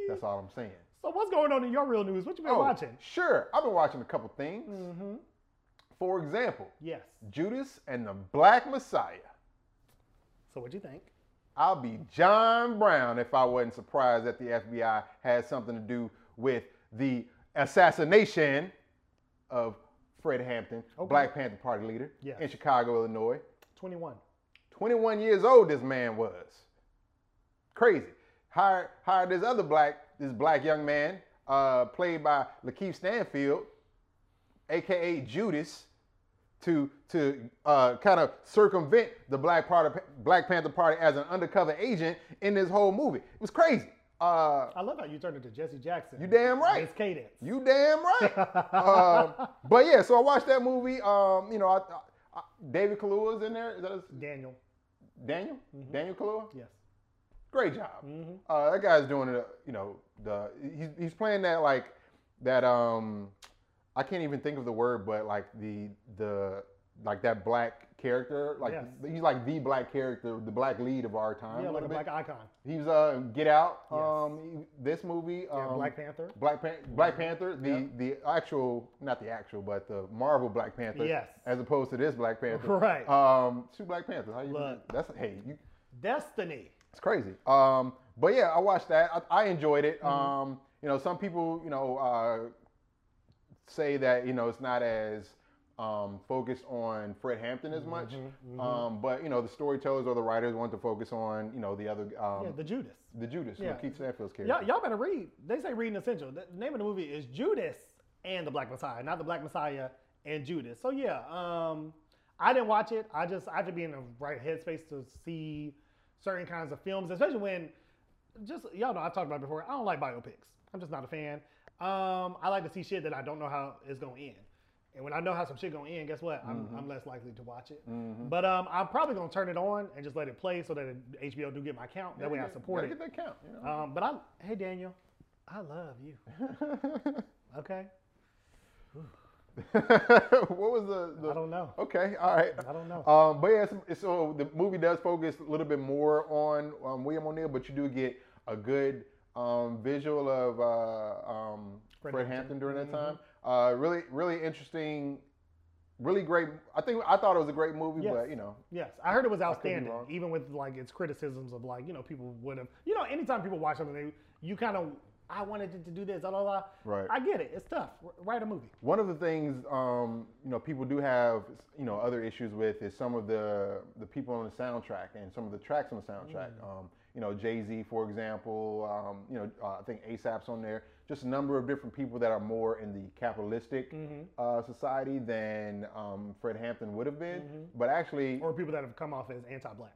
A: That's all I'm saying.
B: *laughs* So what's going on in your real news? What you been
A: Oh,
B: watching?
A: Sure, I've been watching a couple things.
B: Mm-hmm.
A: For example,
B: Yes.
A: Judas and the Black Messiah.
B: So what you think?
A: I'll be John Brown if I wasn't surprised that the FBI had something to do with the assassination of Fred Hampton,
B: Okay.
A: Black Panther Party leader
B: Yes.
A: in Chicago, Illinois.
B: 21.
A: 21 years old this man was. Crazy. Hired, hired this other black, this black young man, uh, played by Lakeith Stanfield, aka Judas, to to uh, kind of circumvent the Black Party, Black Panther Party as an undercover agent in this whole movie. It was crazy. Uh,
B: I love how you turned into Jesse Jackson.
A: You damn right.
B: It's cadence. *laughs*
A: you damn right. um, but yeah, so I watched that movie. Um, you know, I, I, I, David Kaluuya's in there. Is that his,
B: Daniel.
A: Daniel? Daniel Kalua?
B: Yes.
A: Great job.
B: Mm-hmm.
A: Uh, that guy's doing it. You know, the he's, he's playing that like that. Um, I can't even think of the word, but like the the like that black character. Like
B: Yes.
A: he's like the black character, the black lead of our time.
B: Yeah, like a
A: little bit.
B: black icon.
A: He was uh Get Out.
B: Yes.
A: Um, he- this movie. Um,
B: Yeah, Black Panther.
A: Black, Pan- Black Panther, the,
B: Yep.
A: the actual, not the actual, but the Marvel Black Panther,
B: Yes.
A: as opposed to this Black Panther.
B: *laughs* Right.
A: Um, two Black Panthers. How you?
B: Look.
A: That's hey, you,
B: Destiny.
A: it's crazy. Um, but yeah, I watched that. I, I enjoyed
B: Mm-hmm.
A: it. Um, you know, some people, you know, uh, say that you know it's not as um, focused on Fred Hampton
B: Mm-hmm,
A: as much. Um, but you know, the storytellers or the writers want to focus on you know the other um,
B: yeah, the Judas.
A: the, Judas,
B: yeah.
A: Keith Stanfield's character.
B: Y'all, y'all better read. They say reading essential. The name of the movie is Judas and the Black Messiah, not the Black Messiah and Judas. So yeah, um, I didn't watch it. I just I have to be in the right headspace to see certain kinds of films, especially when just y'all know I've talked about it before. I don't like biopics. I'm just not a fan. Um, I like to see shit that I don't know how it's gonna end. And when I know how some shit gonna end, guess what? I'm, I'm less likely to watch it.
A: Mhm.
B: But um, I'm probably gonna turn it on and just let it play so that it, HBO do get my count. That way I
A: Gotta get-
B: support it.
A: gotta Get that count. You
B: *laughs*
A: know? *laughs*
B: Um, but I, hey Daniel, I love you. Okay,
A: what was the? the
B: I don't know.
A: okay, all right.
B: I don't know.
A: Um, but yeah, it's, it's- so the movie does focus a little bit more on um, William O'Neill, but you do get a good um, visual of uh, um,
B: Fred
A: Fred,
B: Hampton.
A: Hampton. during that
B: Mhm.
A: time. Uh, really, really interesting, really great. I think I thought it was a great movie,
B: Yes.
A: but you know,
B: Yes, I heard it was
A: could be
B: outstanding,
A: wrong.
B: even with like its criticisms of like you know people would have you know anytime people watch something they you kind of I wanted it to do this blah blah blah.
A: Right.
B: I get it. It's tough. R- write a movie.
A: One of the things um, you know people do have you know other issues with is some of the the people on the soundtrack and some of the tracks on the soundtrack.
B: Mm.
A: Um, you know Jay Z, for example. Um, you know uh, I think ASAP's on there. Just a number of different people that are more in the capitalistic
B: Mm.
A: uh, society than um, Fred Hampton would have been, but actually
B: Mm-hmm. Or people that have come off as anti-black.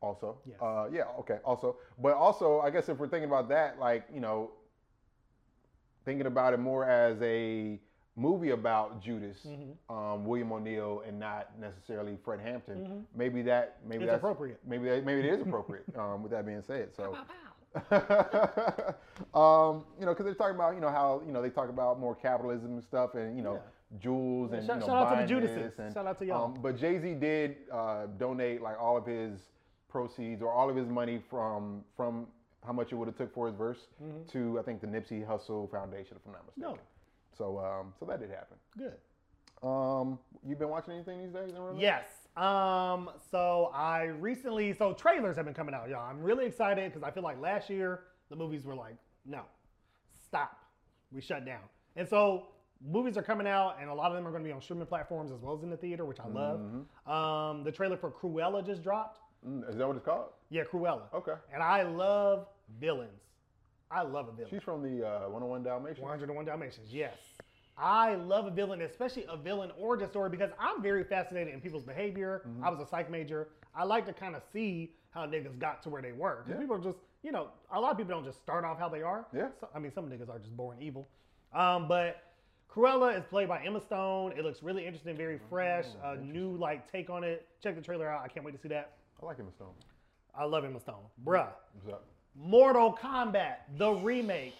A: also.
B: Yes.
A: Uh, yeah. Okay. Also, but also, I guess if we're thinking about that, like you know, thinking about it more as a movie about Judas,
B: Mm.
A: um, William O'Neill, and not necessarily Fred Hampton, maybe that maybe
B: Mm-hmm. It's
A: that's
B: appropriate.
A: Maybe that, maybe it is appropriate.
B: *laughs*
A: um, with that being said, so. *laughs* um, you know, because they're talking about you know how you know they talk about more capitalism and stuff, and you know jewels and
B: shout-
A: you know,
B: shout out to the
A: buying
B: Judases.
A: this and-
B: Shout out to y'all.
A: Um, but Jay Z did uh, donate like all of his proceeds or all of his money from from how much it would have took for his verse to I think the Nipsey Hussle Foundation, if I'm not mistaken.
B: Mm-hmm. No.
A: So um, so that did happen.
B: Good.
A: Um, you been watching anything these days? Aaron?
B: Yes. Um, so I recently, so trailers have been coming out, y'all. I'm really excited because I feel like last year the movies were like, no, stop, we shut down. And so movies are coming out, and a lot of them are going to be on streaming platforms as well as in the theater, which I love. Um, the trailer for Cruella just dropped.
A: Mm, is that what it's called?
B: Yeah, Cruella.
A: Okay.
B: And I love villains. I love a villain.
A: She's from the uh, 101 Dalmatians.
B: 101 Dalmatians, yes. I love a villain, especially a villain origin story, because I'm very fascinated in people's behavior.
A: Mm-hmm.
B: I was a psych major. I like to kind of see how niggas got to where they were. 'Cause
A: Yeah.
B: people just, you know, a lot of people don't just start off how they are.
A: Yeah.
B: So- I mean, some niggas are just born evil. Um, but Cruella is played by Emma Stone. It looks really interesting, very
A: Mm-hmm.
B: fresh, a new like take on it. Check the trailer out. I can't wait to see that.
A: I like him Stone.
B: I love Emma Stone, bruh.
A: What's up?
B: Mortal Kombat, the remake,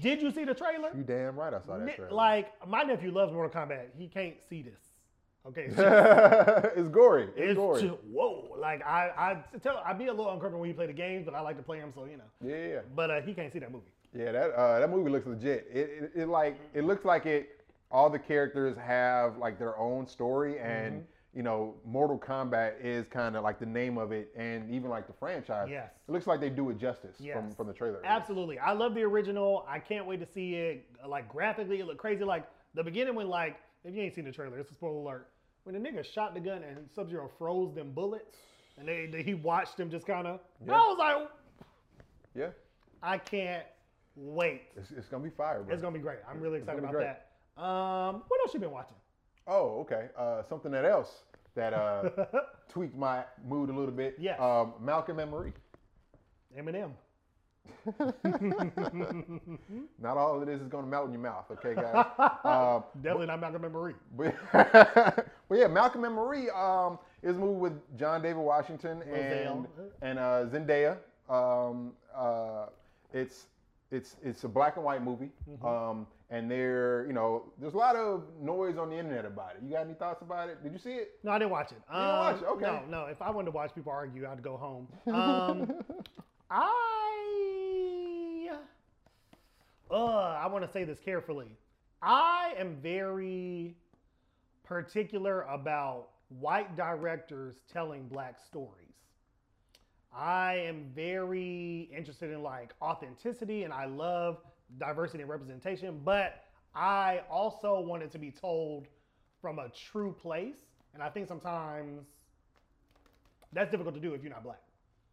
B: Did you see the trailer?
A: You damn right I saw that
B: Ni-
A: trailer.
B: Like my nephew loves Mortal Kombat. He can't see this.
A: *laughs*
B: Okay. it's just-
A: *laughs* it's gory. It's,
B: It's
A: gory.
B: just, whoa! Like I, I tell, I be a little uncomfortable when you play the games, but I like to play them, so you know.
A: yeah, yeah,
B: But uh, he can't see that movie.
A: yeah. That uh, that movie looks legit. It, it it like it looks like it. All the characters have like their own story, and
B: Mm-hmm.
A: you know, Mortal Kombat is kind of like the name of it, and even like the franchise.
B: Yes.
A: It looks like they do it justice from
B: Yes.
A: from the trailer.
B: Absolutely, I love the original. I can't wait to see it. Like graphically, it looked crazy. Like the beginning when, like, if you ain't seen the trailer, it's a spoiler alert. When the nigga shot the gun and Sub Zero froze them bullets, and they, they he watched them just kind of. I was like,
A: Yeah.
B: I can't wait.
A: It's, it's gonna be fire, bro.
B: It's gonna be great. I'm really excited
A: gonna
B: about
A: be
B: that. Um, what else you been watching? *laughs*
A: Oh, okay. Uh, something that else that
B: *laughs*
A: uh, tweaked my mood a little bit.
B: Yes.
A: Um, Malcolm and Marie. *laughs*
B: Eminem.
A: Not all of this is gonna melt in your mouth, okay,
B: *laughs*
A: guys. uh,
B: Definitely not Malcolm and Marie.
A: but, *laughs* but yeah, Malcolm and Marie um, is a movie with John David Washington and
B: Roselle.
A: and uh, Zendaya. Um, uh, it's it's it's a black and white movie,
B: Mm-hmm.
A: um, and there you know there's a lot of noise on the internet about it. You got any thoughts about it? Did you see it?
B: No, I didn't watch it. You
A: didn't watch it? Okay.
B: No, no. If I wanted to watch people argue, I'd go home. Um, I, uh, I want to say this carefully. I am very particular about white directors telling black stories. I am very interested in like authenticity and I love diversity and representation, but I also want it to be told from a true place. And I think sometimes that's difficult to do if you're not black.
A: *laughs*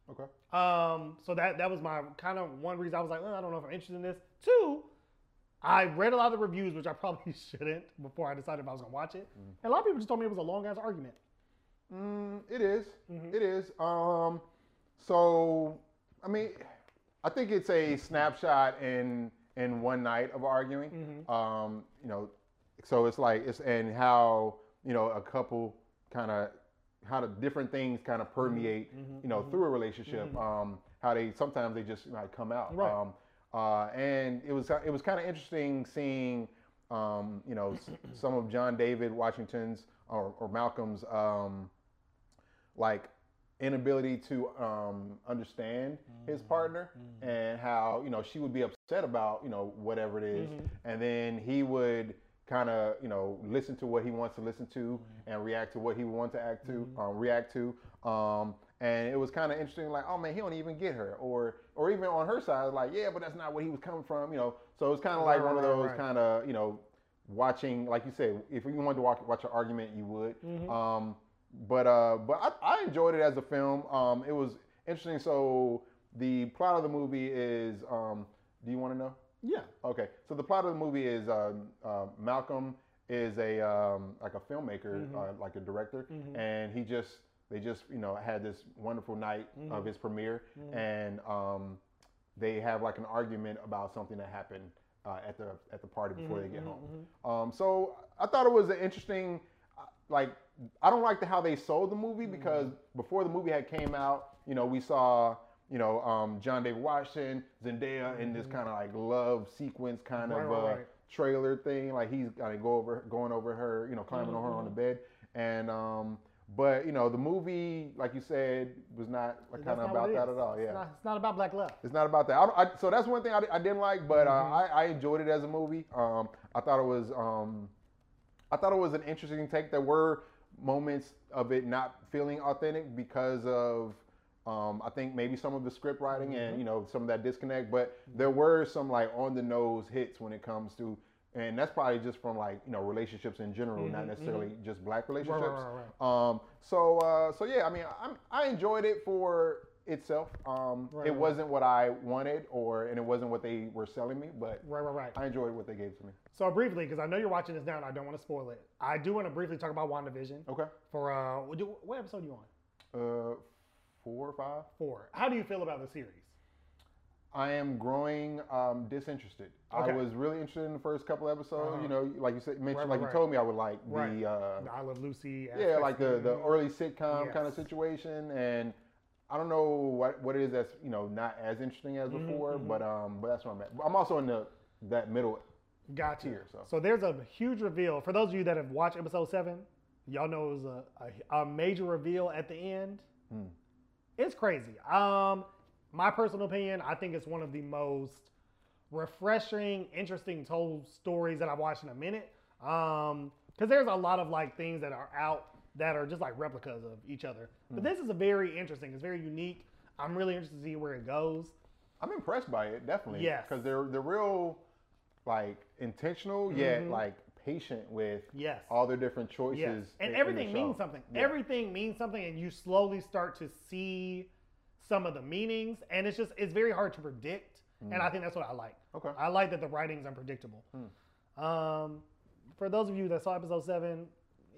A: Okay.
B: Um, so that that was my kind of one reason I was like, "Eh, I don't know if I'm interested in this. Two, I read a lot of the reviews, which I *laughs* probably shouldn't before I decided if I was gonna watch it.
A: Mm-hmm.
B: And a lot of people just told me it was a long ass argument.
A: Mm, it is. It is. Um, so, I mean, I think it's a snapshot in in one night of arguing. Um, you know, so it's like it's and how you know a couple kind of how the different things kind of permeate you know through a relationship. Um, how they sometimes they just like come out.
B: Right.
A: Um, uh, and it was it was kind of interesting seeing um, you know s- some of John David Washington's or, or Malcolm's um, like inability to um, understand
B: Mm-hmm.
A: his partner and how you know she would be upset about you know whatever it is.
B: Mm-hmm.
A: and then he would kind of you know listen to what he wants to listen to
B: Mm-hmm.
A: and react to what he wants to act to um, react to um, and it was kind of interesting like oh man he don't even get her or or even on her side like yeah but that's not where he was coming from you know so it's kind of like
B: Right,
A: one of
B: right,
A: those
B: right.
A: kind of you know watching like you said if you wanted to watch, watch an argument you would
B: Mm-hmm.
A: um, but uh but I, I enjoyed it as a film um, it was interesting so the plot of the movie is um, do you want to know
B: Yeah.
A: Okay, so the plot of the movie is um, uh, Malcolm is a um, like a filmmaker, uh, like a director,
B: Mm-hmm.
A: and he just they just you know had this wonderful night of his premiere,
B: Mm-hmm.
A: and um, they have like an argument about something that happened uh, at the at the party before they
B: Mm-hmm.
A: get home. Um, so I thought it was an interesting, uh, like I don't like the, how they sold the movie
B: Mm-hmm.
A: because before the movie had came out, you know we saw you know, um, John David Washington, Zendaya in this kind of like love sequence kind
B: Mm-hmm. Right,
A: of
B: right,
A: uh,
B: right.
A: trailer thing. Like he's gonna go over, going over her, you know, climbing on her on the
B: Mm-hmm.
A: bed, and um, but you know, the movie, like you said, was not like,
B: That's
A: kind of
B: not
A: about
B: what it
A: that
B: is.
A: at all.
B: It's
A: Yeah,
B: not, it's not about black love.
A: it's not about that. I, don't- I, so that's one thing I, di- I didn't like, but
B: Mm-hmm.
A: uh, I, I enjoyed it as a movie. Um, I thought it was, um, I thought it was an interesting take. There were moments of it not feeling authentic because of, um, I think maybe some of the script writing
B: Mm-hmm.
A: and you know some of that disconnect. But there were some like on the nose hits when it comes to, and that's probably just from like you know relationships in general, not necessarily just black relationships.
B: Mm-hmm. right,
A: Um, so uh, so yeah, I mean, I'm, I enjoyed it for itself. Um,
B: Right,
A: it
B: right.
A: wasn't what I wanted, or and it wasn't what they were selling me, but
B: Right, right, right.
A: I enjoyed what they gave to me.
B: So briefly, because I know you're watching this now and I don't want to spoil it. I do want to briefly talk about WandaVision.
A: Okay,
B: For uh, what do- what episode are you on?
A: uh, four or five.
B: Four. How do you feel about the series?
A: I am growing um, disinterested. I
B: Okay.
A: was really interested in the first couple episodes.
B: Uh-huh.
A: You know, like you said, mentioned,
B: Right,
A: like
B: right.
A: you told me, I would like
B: Right.
A: the uh,
B: The I Love Lucy.
A: yeah,
B: aspects
A: like
B: of
A: the
B: it?
A: the early sitcom kind of
B: Yes.
A: situation, and I don't
B: Mm-hmm,
A: know what what it is that's you know not as interesting as before, but um, but that's where I'm at. But I'm also in the that middle
B: Got you.
A: tier. So
B: So there's a huge reveal. For those of you that have watched episode seven, y'all know it was a, a, a major reveal at the end.
A: Mm.
B: It's crazy. Um, my personal opinion, I think it's one of the most refreshing, interesting told stories that I've watched in a minute. Um, because there's a lot of like things that are out that are just like replicas of each other.
A: Hmm.
B: But this is a very interesting. It's very unique. I'm really interested to see where it goes.
A: I'm impressed by it, definitely.
B: Yes.
A: Because they're they're real, like intentional yet
B: Mhm.
A: like patient with
B: Yes.
A: all their different choices.
B: Yes.
A: in- in
B: And
A: the
B: everything
A: show.
B: means something.
A: Yeah.
B: Everything means something, and you slowly start to see some of the meanings. And it's just it's very hard to predict. And I think that's what I like.
A: Okay.
B: I like that the writing's unpredictable. Um, for those of you that saw episode seven,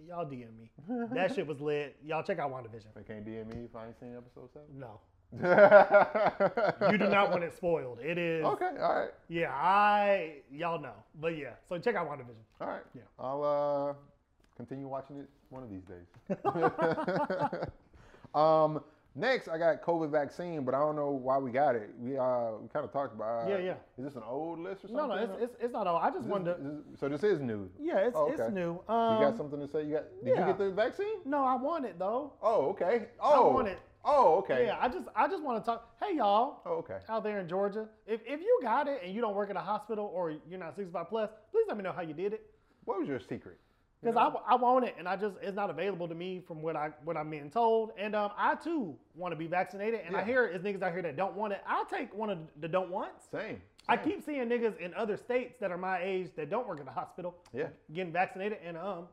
B: y'all DM *laughs* me. *laughs* that shit was lit. Y'all check out WandaVision.
A: They can't DM me if I ain't seen episode seven.
B: No. You
A: you *laughs*
B: do not *laughs* want it spoiled. It is
A: Okay. All right.
B: yeah, I y'all know. But yeah, so check out WandaVision.
A: All right.
B: Yeah.
A: I'll uh, continue watching it one of these
B: *laughs*
A: days. um, next, I got COVID vaccine, but I don't know why we got it. We uh, we kind of talked about.
B: Yeah, yeah.
A: Is this an old list or something?
B: No, no, it's, it's, it's not all. I just
A: Is
B: wanted
A: this-
B: to
A: is this- so this is new.
B: Yeah, it's
A: Oh,
B: it's
A: okay.
B: new. Um
A: you got something to say? You got? Did
B: yeah.
A: you get the vaccine?
B: No, I want it though.
A: Oh, okay. Oh,
B: want it.
A: Oh, okay.
B: Yeah, I just I just want to talk. Hey y'all
A: Oh, okay.
B: out there in Georgia, if if you got it and you don't work at a hospital or you're not 65 plus, please let me know how you did it
A: What was your secret? You
B: because
A: know?
B: I, I want it and I just it's not available to me from what I what I'm being told. And um, I too want to be vaccinated. And I
A: Yeah.
B: hear it's niggas out here that don't want it. I'll take one of the don't wants.
A: same.
B: I
A: same.
B: keep seeing niggas in other states that are my age that don't work at a hospital
A: Yeah.
B: getting vaccinated, and um,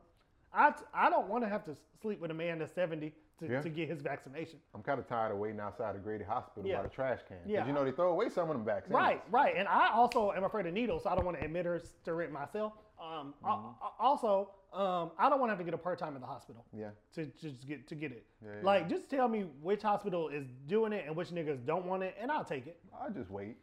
B: I t- I don't want to have to s- sleep with a man that's 70 to,
A: Yeah.
B: to get his vaccination.
A: I'm kind of tired of waiting outside a Grady Hospital
B: Yeah.
A: by the trash can. 'Cause
B: Yeah.
A: You know they throw away some of them vaccines.
B: Right, right. And I also am afraid of needles, so I don't want to admit or stir it myself. Um, I-
A: Mm-hmm.
B: I- also, um, I don't want to have to get a part time at the hospital
A: Yeah.
B: to just get to get it.
A: Yeah, yeah,
B: like, just tell me which hospital is doing it and which niggas don't want it, and I'll take it.
A: I just wait.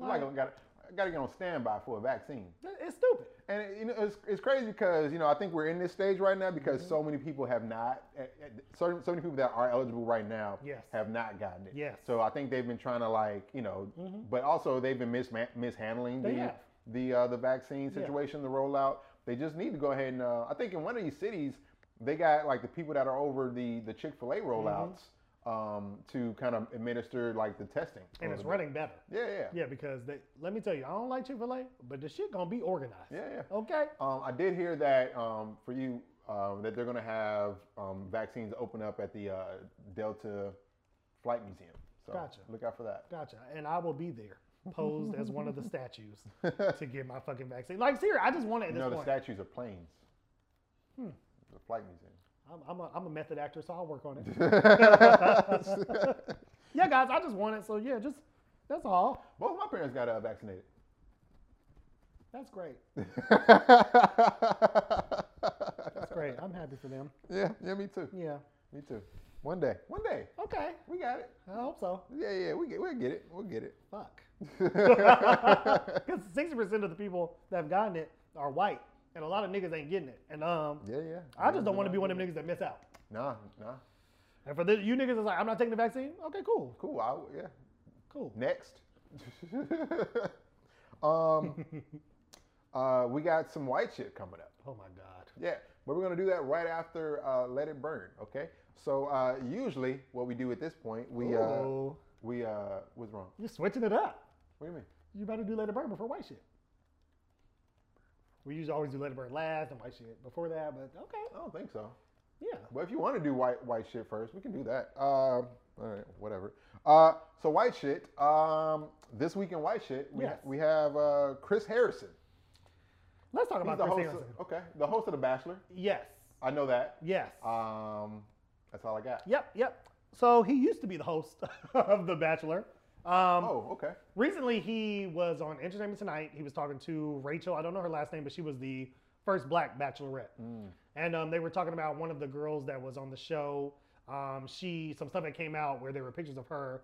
A: I'm like, I gotta, I gotta get on standby for a vaccine.
B: It- It's stupid.
A: And it, you know, it's, it's crazy because you know I think we're in this stage right now because
B: Mm-hmm.
A: so many people have not, eh, eh, so, so many people that are eligible right now
B: Yes.
A: have not gotten it.
B: Yes. Mm-hmm.
A: So I think they've been trying to like you know, but also they've been misma- mishandling
B: They
A: the
B: have.
A: the uh, the vaccine situation, the rollout. They just need to go ahead and uh, I think in one of these cities they got like the people that are over the the Chick Fil A
B: Mm-hmm.
A: rollouts um, to kind of administer like the testing. a
B: And it's
A: little bit.
B: running better.
A: Yeah, yeah.
B: Yeah, because they, let me tell you, I don't like Chick fil A, but the shit gonna be organized.
A: Yeah, yeah.
B: Okay?
A: Um, I did hear that um, for you um, that they're going to have um, vaccines open up at the uh, Delta Flight Museum. So
B: Gotcha.
A: look out for that.
B: Gotcha. And I will be there, posed as one of
A: *laughs*
B: the statues to get my fucking vaccine. Like, seriously, I just want it at
A: You
B: this
A: know, the
B: point.
A: statues are planes.
B: Hmm.
A: The Flight
B: *laughs*
A: Museum. *laughs*
B: I'm, I'm, a, I'm a method actor, so I'll work on it. *laughs*
A: Both
B: yeah, guys, I just want it. So, yeah, just that's all.
A: my parents got uh, vaccinated.
B: That's great.
A: That's
B: That's great. I'm happy for them.
A: *laughs* Yeah, yeah, me too.
B: Yeah.
A: Me too. One day. One day.
B: Okay.
A: We got it.
B: I hope so.
A: Yeah, yeah, we get, we'll get it. We'll get
B: *laughs*
A: it. *laughs*
B: Fuck. Because 60% of the people that have gotten it are white, and a lot of niggas ain't getting it. And um,
A: yeah, yeah.
B: I just don't want to be one of them niggas that miss out.
A: Nah, nah.
B: And for this, you niggas is like, I'm not taking the vaccine. Okay, cool,
A: Cool. I, yeah.
B: cool.
A: Next. *laughs* um, uh, we got some white shit coming up.
B: Oh my god.
A: Yeah, but we're gonna do that right after uh, "Let It Burn." Okay. So uh, usually, what we do at this point, we uh,
B: Ooh.
A: we uh, what's wrong?
B: You're switching it up.
A: What do you mean?
B: You better do Let It Burn before White Shit. We usually always do Let It Burn last and White Shit before that, but okay.
A: I don't think so.
B: Yeah.
A: But if you want to do white white shit first, we can do that. Um, all right, whatever. Uh, so white shit. Um, this week in white shit, we
B: Yes.
A: we have uh, Chris Harrison.
B: Let's talk
A: He's
B: about
A: the
B: Chris
A: host.
B: Harrison.
A: Of, okay, the host of The Bachelor.
B: Yes.
A: I know that.
B: Yes.
A: Um, that's all I got.
B: yep, yep. So he used to be the host *laughs* of The Bachelor. Um,
A: Oh, okay.
B: Recently, he was on Entertainment Tonight. He was talking to Rachel. I don't know her last name, but she was the first black bachelorette. And um, they were talking about one of the girls that was on the show. Um, she some stuff that came out where there were pictures of her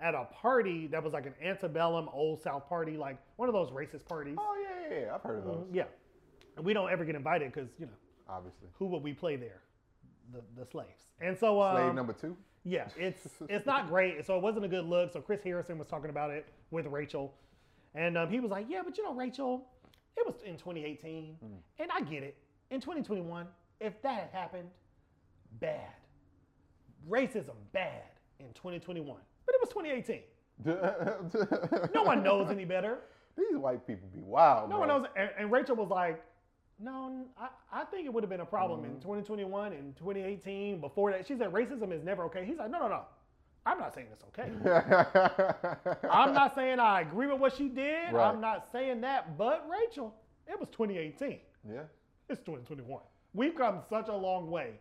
B: at a party that was like an antebellum old South party, like one of those racist parties.
A: Oh yeah, yeah, yeah. I've heard of those.
B: Yeah, and we don't ever get invited because you know
A: Obviously,
B: who would we play there? The the slaves. And so um,
A: slave number two. *laughs*
B: yeah, it's it's not great. So it wasn't a good look. So Chris Harrison was talking about it with Rachel, And um, he was like, yeah, but you know, Rachel, it was in 2018,
A: Mm.
B: and I get it. In 2021, if that had happened, bad. Racism bad in 2021, but it was 2018. No one
A: *laughs*
B: knows any better.
A: These white people be wild.
B: No
A: *laughs*
B: one
A: bro.
B: knows. And, and Rachel was like, no, n- I, I think it would have been a problem in
A: Mhm.
B: 2021 and 2018 before that. She said racism is never okay. He's like, no, no, no. I'm not saying
A: *laughs*
B: it's okay. I'm not saying I agree with what she did.
A: Right.
B: I'm not saying that. But Rachel, it was 2018.
A: Yeah.
B: It's 2021. We've come such a long way.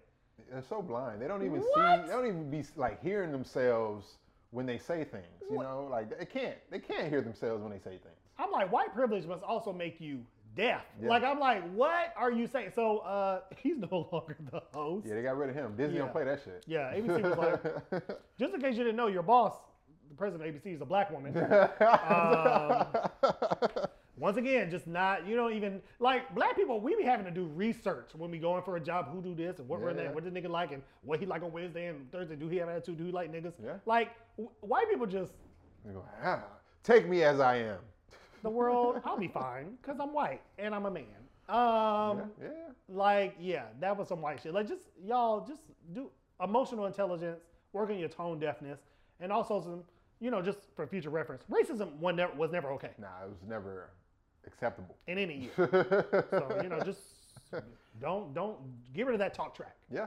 A: They're so blind. They don't even
B: What?
A: see. They don't even be like hearing themselves when they say things. You
B: What?
A: know, like they can't. They can't hear themselves when they say things.
B: I'm like, white privilege must also make you deaf.
A: Yeah.
B: Like, I'm like, what are you saying? So, uh, *laughs* he's no longer the host.
A: Yeah, they got rid of him. Disney
B: Yeah.
A: don't play that shit.
B: Yeah, ABC was
A: *laughs*
B: Just in case you didn't know, your boss, the president of ABC, is a black
A: *laughs*
B: woman. Once again, just not, you don't even, like, black people, we be having to do research when we going for a job, who do this, and what we're
A: Yeah,
B: that,
A: yeah.
B: what the nigga like, and what he like on Wednesday and Thursday, do he have attitude, do he like niggas?
A: Yeah.
B: Like, w- white people just,
A: They go,
B: *laughs*
A: "Ah, Take me as I am.
B: the world, I'll be fine, because I'm white, and I'm a man. Um,
A: yeah,
B: Like, yeah, that was some white shit. Like, just y'all, just do emotional intelligence, work on your tone deafness, and also some, you know, just for future reference, racism was never, was never okay
A: yeah. Nah, it was never acceptable.
B: in any
A: *laughs*
B: year. So you know, just don't don't get rid of that talk track.
A: yeah,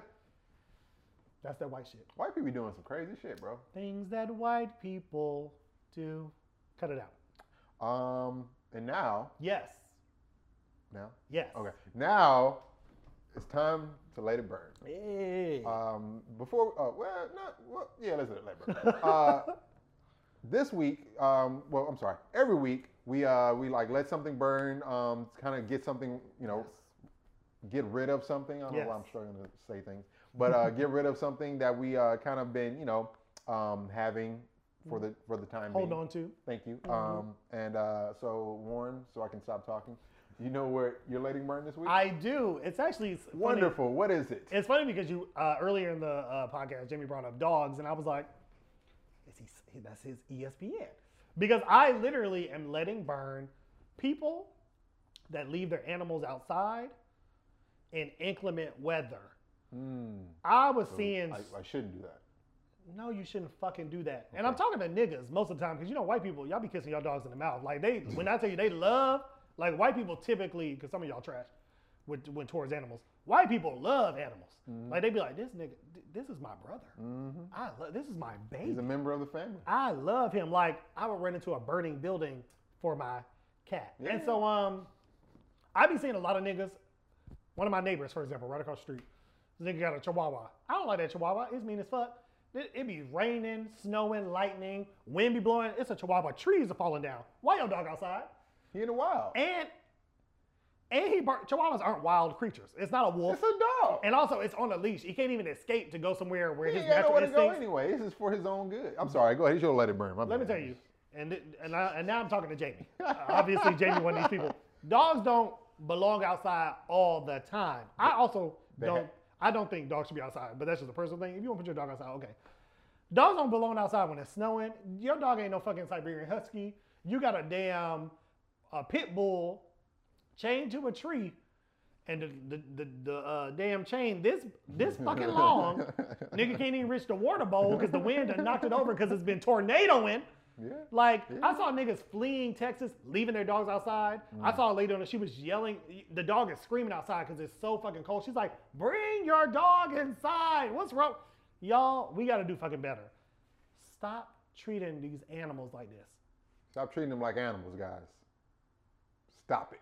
B: That's that white shit.
A: white people be doing some crazy shit, bro.
B: Things that white people do. Cut it out.
A: Um, and now,
B: Yes.
A: now,
B: Yes.
A: okay, now it's time to let it burn.
B: Hey.
A: Um, before, uh, well, not, well, yeah, let's do it later.
B: *laughs*
A: Uh, this week, um, well, I'm sorry, every week we uh, we like let something burn, um, kind of get something, you know, get rid of something. I don't know why I'm
B: Yes.
A: struggling to say things, but uh, get rid of something that we uh, kind of been, you know, um, having for the for the time
B: Hold
A: being.
B: on to.
A: Thank you.
B: Mhm.
A: Um, and uh, so Warren, so I can stop talking. You know where you're letting burn this week?
B: I do. It's actually s- funny.
A: Wonderful. What is it?
B: It's funny because you uh, earlier in the uh, podcast, Jimmy brought up dogs, and I was like, is he, he- that's his E ESPN. Because I literally am letting burn people that leave their animals outside in inclement weather.
A: Mm.
B: I was
A: So
B: seeing.
A: I, I shouldn't do that.
B: No, you shouldn't fucking do that. And I'm talking to niggas most of the time because you know white people, y'all be kissing y'all dogs in the mouth. Like they, when I tell you they love, like white people typically, because some of y'all trash, when, when towards animals, white people love animals.
A: Mm-hmm.
B: Like they be like, this nigga, th- this is my brother.
A: hmm
B: I love, this is my
A: He's
B: baby.
A: a member of the family.
B: I love him. Like I would run into a burning building for my cat. And
A: Yeah.
B: so um, I be seeing a lot of niggas. One of my neighbors, for example, right across the street, this nigga got a chihuahua. I don't like that chihuahua. It's mean as fuck. It, it be raining, snowing, lightning, wind be blowing. It's a chihuahua. Trees are falling down. Why your dog outside?
A: He in the wild.
B: And and he bur- chihuahuas aren't wild creatures. It's not a wolf.
A: it's a dog.
B: and also, it's on a leash. He can't even escape to go somewhere where
A: he
B: his
A: ain't got
B: natural
A: nowhere to go
B: instincts
A: anyway. This is for his own good. I'm sorry. Go ahead. You should let it burn. My
B: Let me
A: bad.
B: tell you, and th- and, I, and now I'm talking to Jamie. *laughs* Uh, Obviously, Jamie one of these people. Dogs don't belong outside all the time. I also
A: They ha-
B: don't. I don't think dogs should be outside, but that's just a personal thing. If you want to put your dog outside, okay. Dogs don't belong outside when it's snowing. Your dog ain't no fucking Siberian Husky. You got a damn a pit bull chained to a tree, and the the the, the uh, damn chain this this
A: *laughs*
B: fucking long. Nigga can't even reach the water bowl because the wind done knocked it over because it's been tornadoing.
A: Yeah.
B: Like
A: Yeah.
B: I saw niggas fleeing Texas, leaving their dogs outside. I saw a lady on it. She was yelling. The dog is screaming outside because it's so fucking cold. She's like, "Bring your dog inside. What's wrong, y'all? We got to do fucking better. Stop treating these animals like this.
A: Stop treating them like animals, guys. Stop it.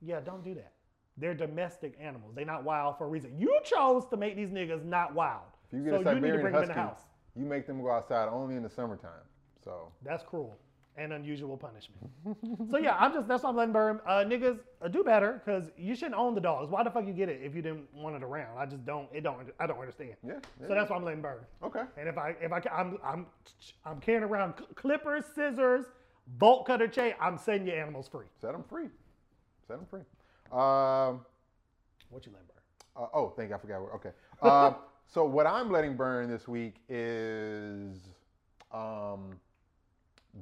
B: Yeah, don't do that. They're domestic animals. They're not wild for a reason. You chose to make these niggas not wild.
A: If you get
B: so
A: a
B: you need to
A: Siberian
B: bring them in
A: husky,
B: the house.
A: you make them go outside only in the summertime. So
B: That's cruel and unusual punishment. so yeah, I'm just that's why I'm letting burn. Uh, niggas, uh, do better because you shouldn't own the dogs. Why the fuck you get it if you didn't want it around? I just don't. It don't. I don't understand.
A: yeah. yeah.
B: So that's why I'm letting burn.
A: okay.
B: And if I if I ca- I'm I'm I'm carrying around cl- clippers, scissors, bolt cutter chain. I'm setting your animals free.
A: Set them free. Set them free. Um,
B: What you letting burn?
A: Uh, oh, thank you. I forgot. where- Okay.
B: *laughs*
A: Uh, so what I'm letting burn this week is um,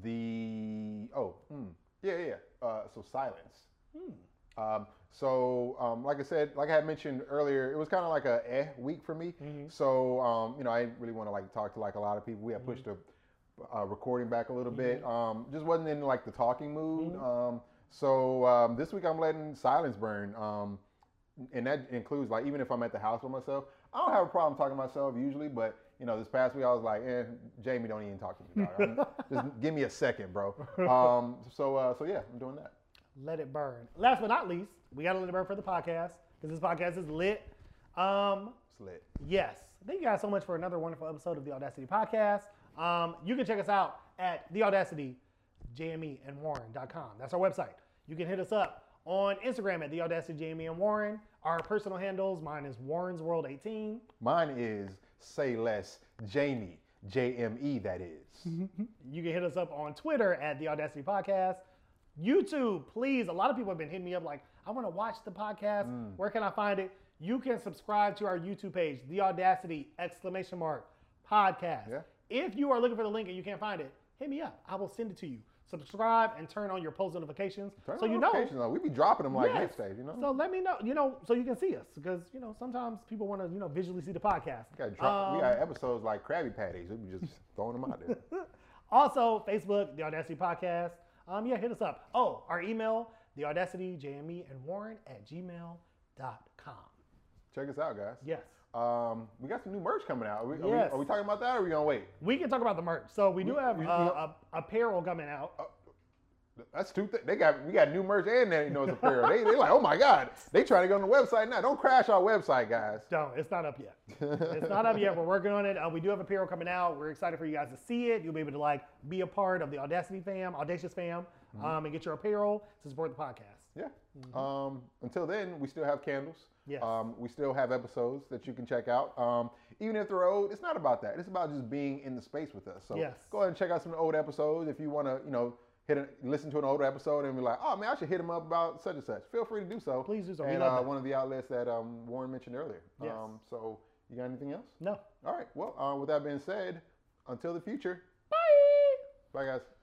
A: the oh mm, yeah yeah yeah. uh, so silence
B: Hmm.
A: um, so um, like i said like i had mentioned earlier it was kind of like a eh week for me
B: Mhm.
A: so um, you know i didn't really want to like talk to like a lot of people we had pushed the uh, recording back a little bit um, just wasn't in like the talking mood um, so um, this week i'm letting silence burn um, and that includes like even if i'm at the house by myself i don't have a problem talking to myself usually but you know this past week i was like eh, jamie don't even talk to me dog. I'm- just give me a second bro um, so uh, so yeah i'm doing that
B: Let it burn. Last but not least, we got to let it burn for the podcast because this podcast is lit. Um,
A: it's lit
B: Yes. Thank you guys so much for another wonderful episode of the Audacity Podcast. Um, you can check us out at the Audacity, JME and Warren.com. That's our website. You can hit us up on Instagram at the Audacity JME and Warren. Our personal handles, mine is Warren's World 18.
A: mine is say less jamie j-m-e that is
B: You can hit us up on Twitter at the Audacity Podcast. YouTube, please. A lot of people have been hitting me up like, I want to watch the podcast.
A: Mm.
B: Where can I find it? You can subscribe to our YouTube page, The Audacity exclamation mark podcast.
A: Yeah.
B: If you are looking for the link and you can't find it, hit me up. I will send it to you. Subscribe and turn on your post notifications
A: Turn
B: so
A: the
B: you know
A: notifications on. we be dropping them like
B: Yes.
A: mixtape you know
B: so let me know, you know, so you can see us because you know sometimes people want to, you know, visually see the podcast.
A: we, got drop, we
B: Um,
A: got episodes like krabby patties we be
B: *laughs*
A: just throwing them out there
B: Also, Facebook, The Audacity Podcast. Um, yeah, hit us up. Oh, our email, The Audacity, JME, and Warren at gmail.com.
A: check us out guys
B: Yes.
A: um, we got some new merch coming out are we, are, we,
B: Yes.
A: are we talking about that or are we gonna wait
B: We can talk about the merch. So we do
A: We-
B: have
A: we- Oh.
B: uh, a apparel coming out.
A: That's two things. They got we got new merch and they know it's apparel. they they like, oh my god, they trying to go on the website now. Don't crash our website, guys.
B: Don't. It's not
A: *laughs*
B: up yet. it's not up yet. We're working on it. Uh, we do have apparel coming out. We're excited for you guys to see it. You'll be able to like be a part of the Audacity fam, Audacious fam,
A: Mm-hmm.
B: um, and get your apparel to support the podcast.
A: Yeah. Um, until then, we still have candles.
B: Mm-hmm. Yes.
A: Um, we still have episodes that you can check out. Um, even if they're old, it's not about that. It's about just being in the space with us. So
B: Yes.
A: go ahead and check out some old episodes if you want to, you know, hit a, listen to an older episode and be like, oh man, I should hit them up about such and such. Feel free to do so.
B: Please do so. We
A: And
B: love
A: uh,
B: that.
A: one of the outlets that um, Warren mentioned earlier.
B: Yes.
A: Um, so you got anything else?
B: No.
A: All right. Well, uh, with that being said, until the future.
B: Bye.
A: Bye, guys.